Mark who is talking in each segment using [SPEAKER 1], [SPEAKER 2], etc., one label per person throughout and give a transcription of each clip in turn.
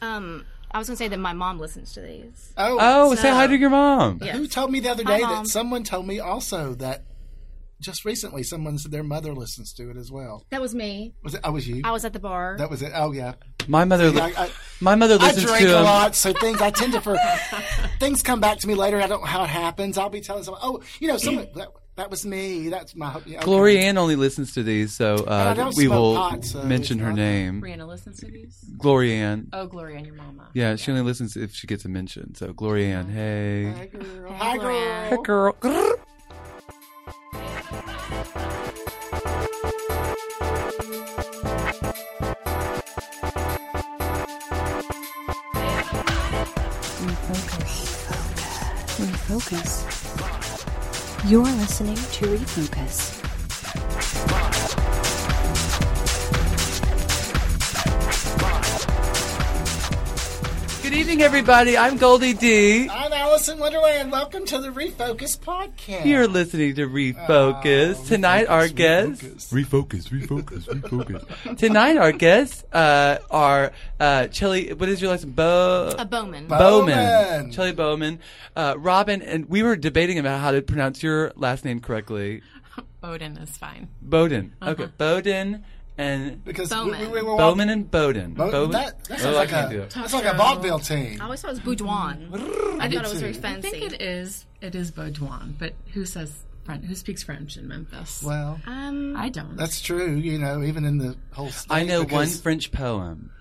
[SPEAKER 1] Um, I was gonna say that my mom listens to these.
[SPEAKER 2] Oh,
[SPEAKER 3] Oh, say hi to your mom.
[SPEAKER 1] Yeah.
[SPEAKER 2] who told me the other day
[SPEAKER 1] Mom.
[SPEAKER 2] that someone told me also that just recently someone said their mother listens to it as well.
[SPEAKER 1] That was me.
[SPEAKER 2] Was it? I was you.
[SPEAKER 1] I was at the bar.
[SPEAKER 2] that was it. Oh yeah.
[SPEAKER 3] My mother,
[SPEAKER 2] Yeah, I, I,
[SPEAKER 3] my mother
[SPEAKER 2] I
[SPEAKER 3] listens
[SPEAKER 2] drink
[SPEAKER 3] to um,
[SPEAKER 2] a
[SPEAKER 3] him.
[SPEAKER 2] lot, so things I tend to for things come back to me later. I don't know how it happens. I'll be telling someone, oh, you know, someone that, that was me. That's my yeah, okay.
[SPEAKER 3] Gloria Ann only listens to these, so
[SPEAKER 2] I
[SPEAKER 3] uh,
[SPEAKER 2] don't
[SPEAKER 3] we
[SPEAKER 2] smoke
[SPEAKER 3] will
[SPEAKER 2] pot, so
[SPEAKER 3] mention
[SPEAKER 2] it's
[SPEAKER 3] her
[SPEAKER 2] not-
[SPEAKER 3] name.
[SPEAKER 4] Brianna listens to these.
[SPEAKER 3] Gloria Ann.
[SPEAKER 4] Oh, Gloria and your mama.
[SPEAKER 3] Yeah, she only listens if she gets a mention. So Gloria Ann,
[SPEAKER 2] Hi,
[SPEAKER 3] hey.
[SPEAKER 2] girl. Hi,
[SPEAKER 1] Gloria.
[SPEAKER 2] girl.
[SPEAKER 3] girl.
[SPEAKER 5] Refocus. Refocus. You're listening to Refocus.
[SPEAKER 3] Good evening, everybody. I'm Goldie D.
[SPEAKER 2] I'm Alice in Wonderland. Welcome to the Refocus podcast.
[SPEAKER 3] You're listening to
[SPEAKER 2] Oh,
[SPEAKER 3] Refocus. Tonight, our guest.
[SPEAKER 6] Refocus, refocus, refocus.
[SPEAKER 3] Tonight, our guests uh, are uh, Chelly. What is your last name? Bo-
[SPEAKER 1] a Bowman.
[SPEAKER 3] Bowman.
[SPEAKER 2] Bowman.
[SPEAKER 3] Chelly Bowman. Uh, Robin, and we were debating about how to pronounce your last name correctly.
[SPEAKER 4] Bowden is fine.
[SPEAKER 3] Bowden. Okay, Bowden and
[SPEAKER 2] because
[SPEAKER 1] Bowman.
[SPEAKER 2] We, we were walking-
[SPEAKER 3] Bowman and Bowden.
[SPEAKER 2] Bo-
[SPEAKER 3] Bowman.
[SPEAKER 2] That, that sounds
[SPEAKER 3] Oh, I
[SPEAKER 2] like
[SPEAKER 3] can't do
[SPEAKER 2] a
[SPEAKER 3] it.
[SPEAKER 2] that's like a vaudeville team.
[SPEAKER 1] I always thought it was Boudouin.
[SPEAKER 2] Mm.
[SPEAKER 1] I thought it was very
[SPEAKER 4] I
[SPEAKER 1] fancy.
[SPEAKER 4] think it is. It is Baudouin, but who says French? Who speaks French in Memphis?
[SPEAKER 2] Well,
[SPEAKER 1] Um,
[SPEAKER 4] I don't.
[SPEAKER 2] that's true. You know, even in the whole. State,
[SPEAKER 3] I know one
[SPEAKER 2] because,
[SPEAKER 3] French poem.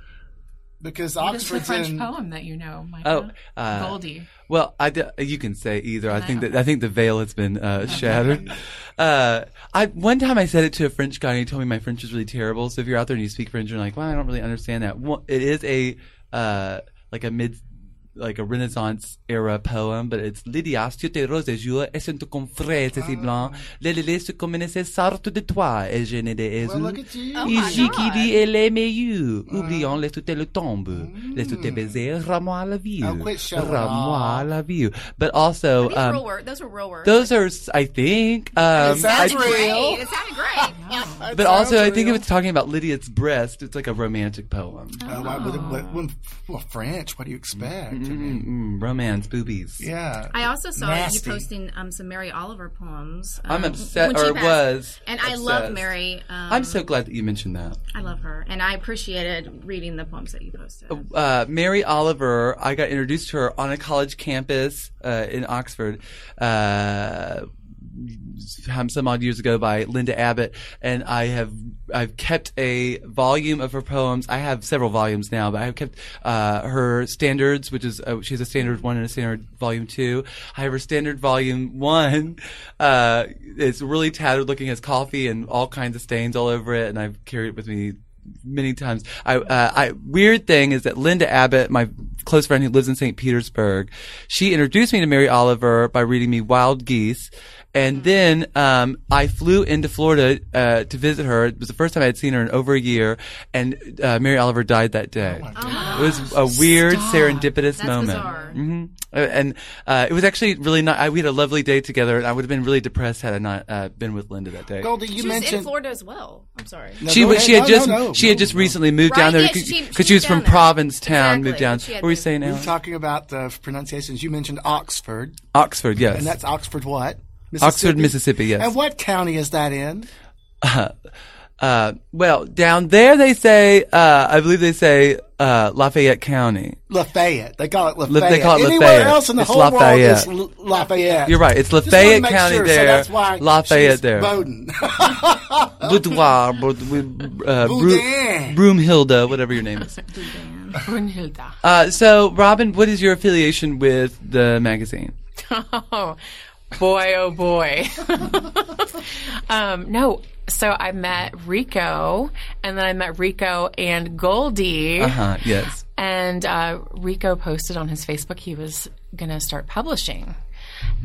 [SPEAKER 2] because
[SPEAKER 4] What is the
[SPEAKER 2] Oxford's
[SPEAKER 4] French
[SPEAKER 2] in.
[SPEAKER 4] poem that you know, Micah.
[SPEAKER 3] Oh, uh,
[SPEAKER 4] Uh-huh. Goldie.
[SPEAKER 3] Well, I d- you can say either. I think that I think the veil has been uh, shattered. Uh, I one time I said it to a French guy, and he told me my French is really terrible. So if you're out there and you speak French, you're like, well, I don't really understand that. Well, it is a uh, like a mid like a Renaissance era poem, but it's Lydia, sur tes roses jours, et sur ton confrère, c'est si
[SPEAKER 1] Ah.
[SPEAKER 3] blanc. Les lilies se commençaient sortent de toi, et je n'ai des
[SPEAKER 2] Well, look at you.
[SPEAKER 1] Oh,
[SPEAKER 3] Et
[SPEAKER 1] my
[SPEAKER 3] j'ai
[SPEAKER 1] God.
[SPEAKER 3] qui dit elle aime you. Oublions les toutes le tombe. Les toutes tes baisers, rends-moi la vie.
[SPEAKER 2] Mm. Oh, quit showing
[SPEAKER 3] Rends-moi
[SPEAKER 2] off.
[SPEAKER 3] la vie. But
[SPEAKER 1] are
[SPEAKER 3] also,
[SPEAKER 1] these real
[SPEAKER 3] um,
[SPEAKER 1] word. Those were real words.
[SPEAKER 3] those are, s- I think, um,
[SPEAKER 2] It sounds
[SPEAKER 3] I-
[SPEAKER 1] Great.
[SPEAKER 2] real.
[SPEAKER 1] It sounded great. Yeah.
[SPEAKER 2] That
[SPEAKER 3] but also
[SPEAKER 2] sounds
[SPEAKER 3] I think
[SPEAKER 2] real.
[SPEAKER 3] if it's talking about Lydia's breast, it's like a romantic poem.
[SPEAKER 2] Oh, why, but, but, when, well, French. What do you expect? I mean,
[SPEAKER 3] Mm, romance, boobies.
[SPEAKER 2] yeah.
[SPEAKER 1] I also saw
[SPEAKER 2] Nasty.
[SPEAKER 1] you posting um, some Mary Oliver poems. um,
[SPEAKER 3] I'm upset,
[SPEAKER 1] when she
[SPEAKER 3] or
[SPEAKER 1] passed.
[SPEAKER 3] was.
[SPEAKER 1] And I love
[SPEAKER 3] obsessed.
[SPEAKER 1] Mary. Um,
[SPEAKER 3] I'm so glad that you mentioned that.
[SPEAKER 1] I love her, and I appreciated reading the poems that you posted.
[SPEAKER 3] uh, Mary Oliver, I got introduced to her on a college campus uh, in Oxford. Uh, um, some odd years ago by Linda Abbott, and I have I've kept a volume of her poems. I have several volumes now, but I've kept uh, her standards, which is uh, she has a standard one and a standard volume two. I have her standard volume one. Uh, it's really tattered looking, has coffee and all kinds of stains all over it, and I've carried it with me many times. I, uh, I weird thing is that Linda Abbott, my close friend who lives in St. Petersburg, she introduced me to Mary Oliver by reading me Wild Geese, and then um, I flew into Florida uh, to visit her. It was the first time I had seen her in over a year, and uh, Mary Oliver died that day.
[SPEAKER 2] Oh
[SPEAKER 3] it was a weird serendipitous
[SPEAKER 1] That's
[SPEAKER 3] moment.
[SPEAKER 1] bizarre.
[SPEAKER 3] hmm And uh, it was actually really not. I, we had a lovely day together, and I would have been really depressed had I not uh, been with Linda that day.
[SPEAKER 2] Goldie, you
[SPEAKER 1] she was in
[SPEAKER 2] mentioned.
[SPEAKER 1] Florida as well. I'm sorry.
[SPEAKER 2] No,
[SPEAKER 3] She
[SPEAKER 2] go
[SPEAKER 3] was.
[SPEAKER 2] ahead.
[SPEAKER 3] She had
[SPEAKER 2] No,
[SPEAKER 3] just.
[SPEAKER 2] no, no.
[SPEAKER 3] She had just recently moved
[SPEAKER 1] Right,
[SPEAKER 3] down there
[SPEAKER 1] yeah,
[SPEAKER 3] because
[SPEAKER 1] she-
[SPEAKER 3] she,
[SPEAKER 1] she was
[SPEAKER 3] was from
[SPEAKER 1] down there.
[SPEAKER 3] Provincetown, moved
[SPEAKER 1] Exactly,
[SPEAKER 3] down.
[SPEAKER 1] but she had
[SPEAKER 3] What were you
[SPEAKER 1] moved.
[SPEAKER 3] saying,
[SPEAKER 2] We
[SPEAKER 3] now?
[SPEAKER 2] were talking about the pronunciations. You mentioned Oxford,
[SPEAKER 3] Oxford, yes.
[SPEAKER 2] and that's Oxford what?
[SPEAKER 3] Oxford, Mississippi, yes.
[SPEAKER 2] And what county is that in?
[SPEAKER 3] uh, well, down there they say. Uh, I believe they say uh, Lafayette County.
[SPEAKER 2] Lafayette. They call it Lafayette.
[SPEAKER 3] they call it
[SPEAKER 2] Anywhere
[SPEAKER 3] Lafayette.
[SPEAKER 2] else in the
[SPEAKER 3] It's
[SPEAKER 2] whole
[SPEAKER 3] Lafayette.
[SPEAKER 2] world is L- Lafayette.
[SPEAKER 3] You're right. It's
[SPEAKER 2] Just wanted to
[SPEAKER 3] Lafayette
[SPEAKER 2] make
[SPEAKER 3] County
[SPEAKER 2] sure, so
[SPEAKER 3] there.
[SPEAKER 2] that's why
[SPEAKER 3] Lafayette
[SPEAKER 2] she's
[SPEAKER 3] there.
[SPEAKER 2] Bowden.
[SPEAKER 3] Boudoir, Boudoir, uh,
[SPEAKER 2] Boudin.
[SPEAKER 3] Broomhilda, whatever your name is.
[SPEAKER 4] Brunhilda.
[SPEAKER 3] Uh, so, Robin, what is your affiliation with the magazine?
[SPEAKER 4] Oh, boy, oh boy. um, no, so I met Rico, and then I met Rico and Goldie.
[SPEAKER 3] Uh huh. Yes.
[SPEAKER 4] And uh, Rico posted on his Facebook he was going to start publishing.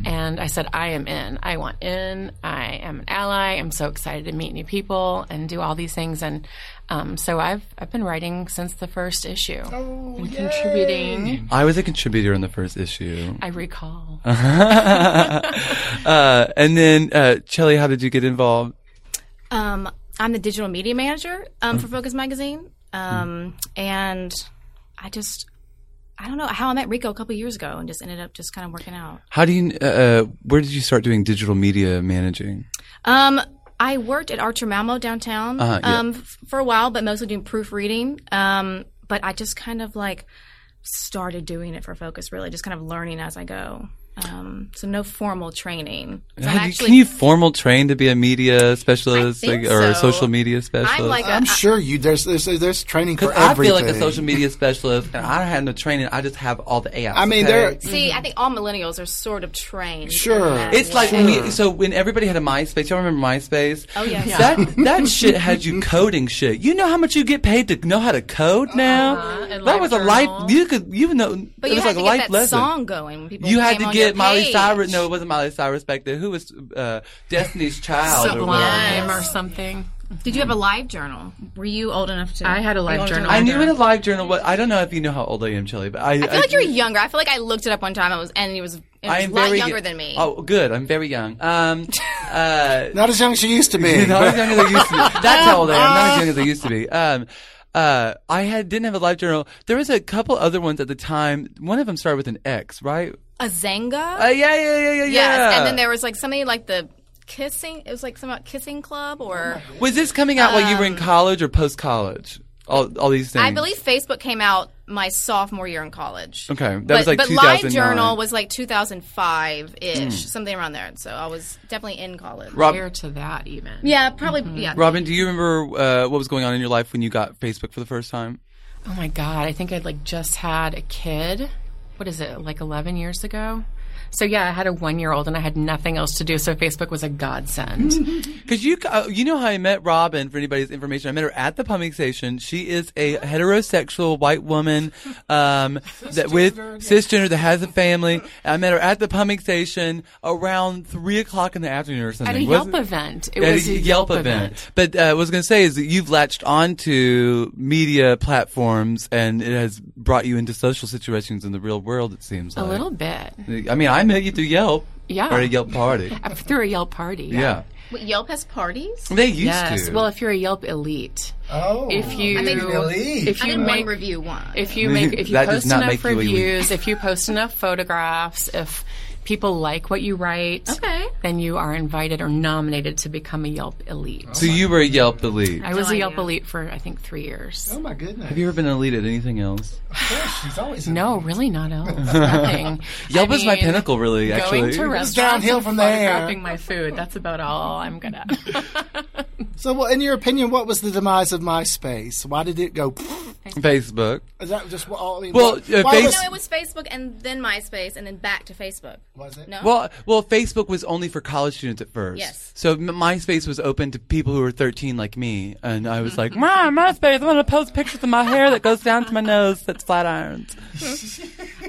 [SPEAKER 4] And I said, I am in. I want in. I am an ally. I'm so excited to meet new people and do all these things. And um, so I've I've been writing since the first issue and contributing.
[SPEAKER 3] I was a contributor in the first issue.
[SPEAKER 4] I recall.
[SPEAKER 3] Uh, and then, uh, Chelly, how did you get involved?
[SPEAKER 1] Um,
[SPEAKER 3] Mm.
[SPEAKER 1] I'm the digital media manager um, for Focus Magazine, um, and I just I don't know how I met Rico a couple years ago and just ended up just kind of working out.
[SPEAKER 3] How do you? Uh, uh, where did you start doing digital media managing?
[SPEAKER 1] Um, I worked at Archer Malmo downtown
[SPEAKER 3] Uh-huh, yeah.
[SPEAKER 1] um, f- for a while, but mostly doing proofreading. Um, but I just kind of like started doing it for focus, really, just kind of learning as I go. Um, so no formal training. So I'm
[SPEAKER 3] How do you- can
[SPEAKER 1] actually,
[SPEAKER 3] you formal train to be a media specialist
[SPEAKER 1] I think
[SPEAKER 3] like, or a
[SPEAKER 1] so.
[SPEAKER 3] social media specialist?
[SPEAKER 1] I'm like, a,
[SPEAKER 2] I'm sure you there's there's, there's training for
[SPEAKER 3] I
[SPEAKER 2] everything.
[SPEAKER 3] feel like a social media specialist, and I don't have no training. I just have all the apps.
[SPEAKER 2] I mean,
[SPEAKER 3] okay?
[SPEAKER 2] there.
[SPEAKER 1] see, I think all millennials are sort of trained.
[SPEAKER 2] Sure.
[SPEAKER 1] in that
[SPEAKER 3] It's like
[SPEAKER 1] way.
[SPEAKER 3] when we, so when everybody had a MySpace. Y'all remember MySpace? Oh
[SPEAKER 1] yes. Yeah.
[SPEAKER 3] That that shit had you coding shit. You know how much you get paid to know how to code
[SPEAKER 1] Uh-huh.
[SPEAKER 3] now.
[SPEAKER 4] and
[SPEAKER 3] that was a
[SPEAKER 4] LiveJournal.
[SPEAKER 3] life. You could you know.
[SPEAKER 1] but you
[SPEAKER 3] it was
[SPEAKER 1] had
[SPEAKER 3] like
[SPEAKER 1] to get
[SPEAKER 3] a life
[SPEAKER 1] that
[SPEAKER 3] lesson.
[SPEAKER 1] song going. When people
[SPEAKER 3] You had
[SPEAKER 1] came
[SPEAKER 3] to
[SPEAKER 1] on your
[SPEAKER 3] get Miley
[SPEAKER 1] page.
[SPEAKER 3] Cyrus. No, it wasn't Miley Cyrus back then. Who was uh, Destiny's Child? or whatever.
[SPEAKER 4] Sublime or something.
[SPEAKER 1] Did you have a live journal? Were you old enough to?
[SPEAKER 4] I had a
[SPEAKER 1] Were you
[SPEAKER 4] live
[SPEAKER 1] old enough to
[SPEAKER 4] journal.
[SPEAKER 1] have
[SPEAKER 3] I knew in a live journal. What I don't know if you know how old I am, Chili, but I,
[SPEAKER 1] I feel like you're younger. I feel like I looked it up one time. I was, and it was, it was
[SPEAKER 3] I
[SPEAKER 1] a
[SPEAKER 3] am
[SPEAKER 1] lot
[SPEAKER 3] very
[SPEAKER 1] younger than me.
[SPEAKER 3] Oh, good. I'm very young. Um, uh,
[SPEAKER 2] Not as young as you used to be.
[SPEAKER 3] not as young as I used to be. That's how old I am. Not as young as I used to be. Um, uh, I had didn't have a live journal. There was a couple other ones at the time. One of them started with an X, right?
[SPEAKER 1] A Zanga?
[SPEAKER 3] Uh, yeah, yeah, yeah, yeah, yeah.
[SPEAKER 1] yes. And then there was like something like the kissing. It was like some about kissing club or
[SPEAKER 3] was this coming out while you were in college or post college? All, all these things.
[SPEAKER 1] Um, I believe Facebook came out my sophomore year in college.
[SPEAKER 3] Okay, that
[SPEAKER 1] but,
[SPEAKER 3] was, like,
[SPEAKER 1] but Live
[SPEAKER 3] 2009.
[SPEAKER 1] Journal was like 2005 ish, something around there. So I was definitely in college.
[SPEAKER 3] Hmm. Rob- Hmm.
[SPEAKER 4] Prior to that, even.
[SPEAKER 1] yeah, probably. Yeah.
[SPEAKER 3] Robin, do you remember uh, what was going on in your life when you got Facebook for the first time?
[SPEAKER 4] Oh my god, I think I'd like just had a kid. What is it? Like 11 years ago. So yeah, I had a 1-year-old and I had nothing else to do, so Facebook was a godsend.
[SPEAKER 3] Because you, uh, you know how I met Robin. For anybody's information, I met her at the pumping station. She is a heterosexual white woman um, that with cisgender that has a family. I met her at the pumping station around three o'clock in the afternoon or something.
[SPEAKER 4] At a
[SPEAKER 3] Was
[SPEAKER 4] Yelp
[SPEAKER 3] it-
[SPEAKER 4] event. It
[SPEAKER 3] at
[SPEAKER 4] was
[SPEAKER 3] a Yelp, event. But uh, what I was going to say is that you've latched onto media platforms, and it has brought you into social situations in the real world. It seems
[SPEAKER 4] A
[SPEAKER 3] like.
[SPEAKER 4] little bit.
[SPEAKER 3] I mean, I met you through Yelp.
[SPEAKER 4] Yeah.
[SPEAKER 3] Or a Yelp party.
[SPEAKER 4] Uh, Through a Yelp party.
[SPEAKER 3] yeah.
[SPEAKER 1] Wait, Yelp has parties?
[SPEAKER 3] They used
[SPEAKER 4] Yes.
[SPEAKER 3] to.
[SPEAKER 4] Well, if you're a Yelp elite,
[SPEAKER 2] Oh,
[SPEAKER 4] if you
[SPEAKER 1] I think-
[SPEAKER 4] if
[SPEAKER 1] I
[SPEAKER 4] you
[SPEAKER 1] did one
[SPEAKER 4] make
[SPEAKER 1] review one.
[SPEAKER 4] if you make if you
[SPEAKER 3] That does
[SPEAKER 4] post
[SPEAKER 3] not
[SPEAKER 4] enough
[SPEAKER 3] make you elite.
[SPEAKER 4] reviews, if you post enough photographs, if people like what you write,
[SPEAKER 1] Okay.
[SPEAKER 4] then you are invited or nominated to become a Yelp elite.
[SPEAKER 1] Oh.
[SPEAKER 3] so you were a Yelp elite.
[SPEAKER 4] I was a Yelp elite for I think three years.
[SPEAKER 2] Oh my goodness!
[SPEAKER 3] Have you ever been elite at anything else?
[SPEAKER 2] She's always
[SPEAKER 4] No, really not else. Nothing.
[SPEAKER 3] Yelp
[SPEAKER 4] I
[SPEAKER 3] was my
[SPEAKER 4] mean,
[SPEAKER 3] pinnacle, really.
[SPEAKER 4] Going
[SPEAKER 3] actually,
[SPEAKER 4] to restaurants
[SPEAKER 2] downhill
[SPEAKER 4] and
[SPEAKER 2] from there.
[SPEAKER 4] Photographing my food. That's about all I'm good at.
[SPEAKER 2] So, well, in your opinion, what was the demise of MySpace? Why did it go?
[SPEAKER 3] Facebook.
[SPEAKER 2] Is that just what all? I mean,
[SPEAKER 3] Well,
[SPEAKER 2] what-
[SPEAKER 3] uh,
[SPEAKER 2] why was-
[SPEAKER 1] no, it was Facebook and then MySpace and then back to Facebook.
[SPEAKER 2] Was it?
[SPEAKER 1] No.
[SPEAKER 3] Well, well, Facebook was only for college students at first.
[SPEAKER 1] Yes.
[SPEAKER 3] So M- MySpace was open to people who were 13, like me, and I was like, "My MySpace, I'm gonna post pictures of my hair that goes down to my nose that's flat irons,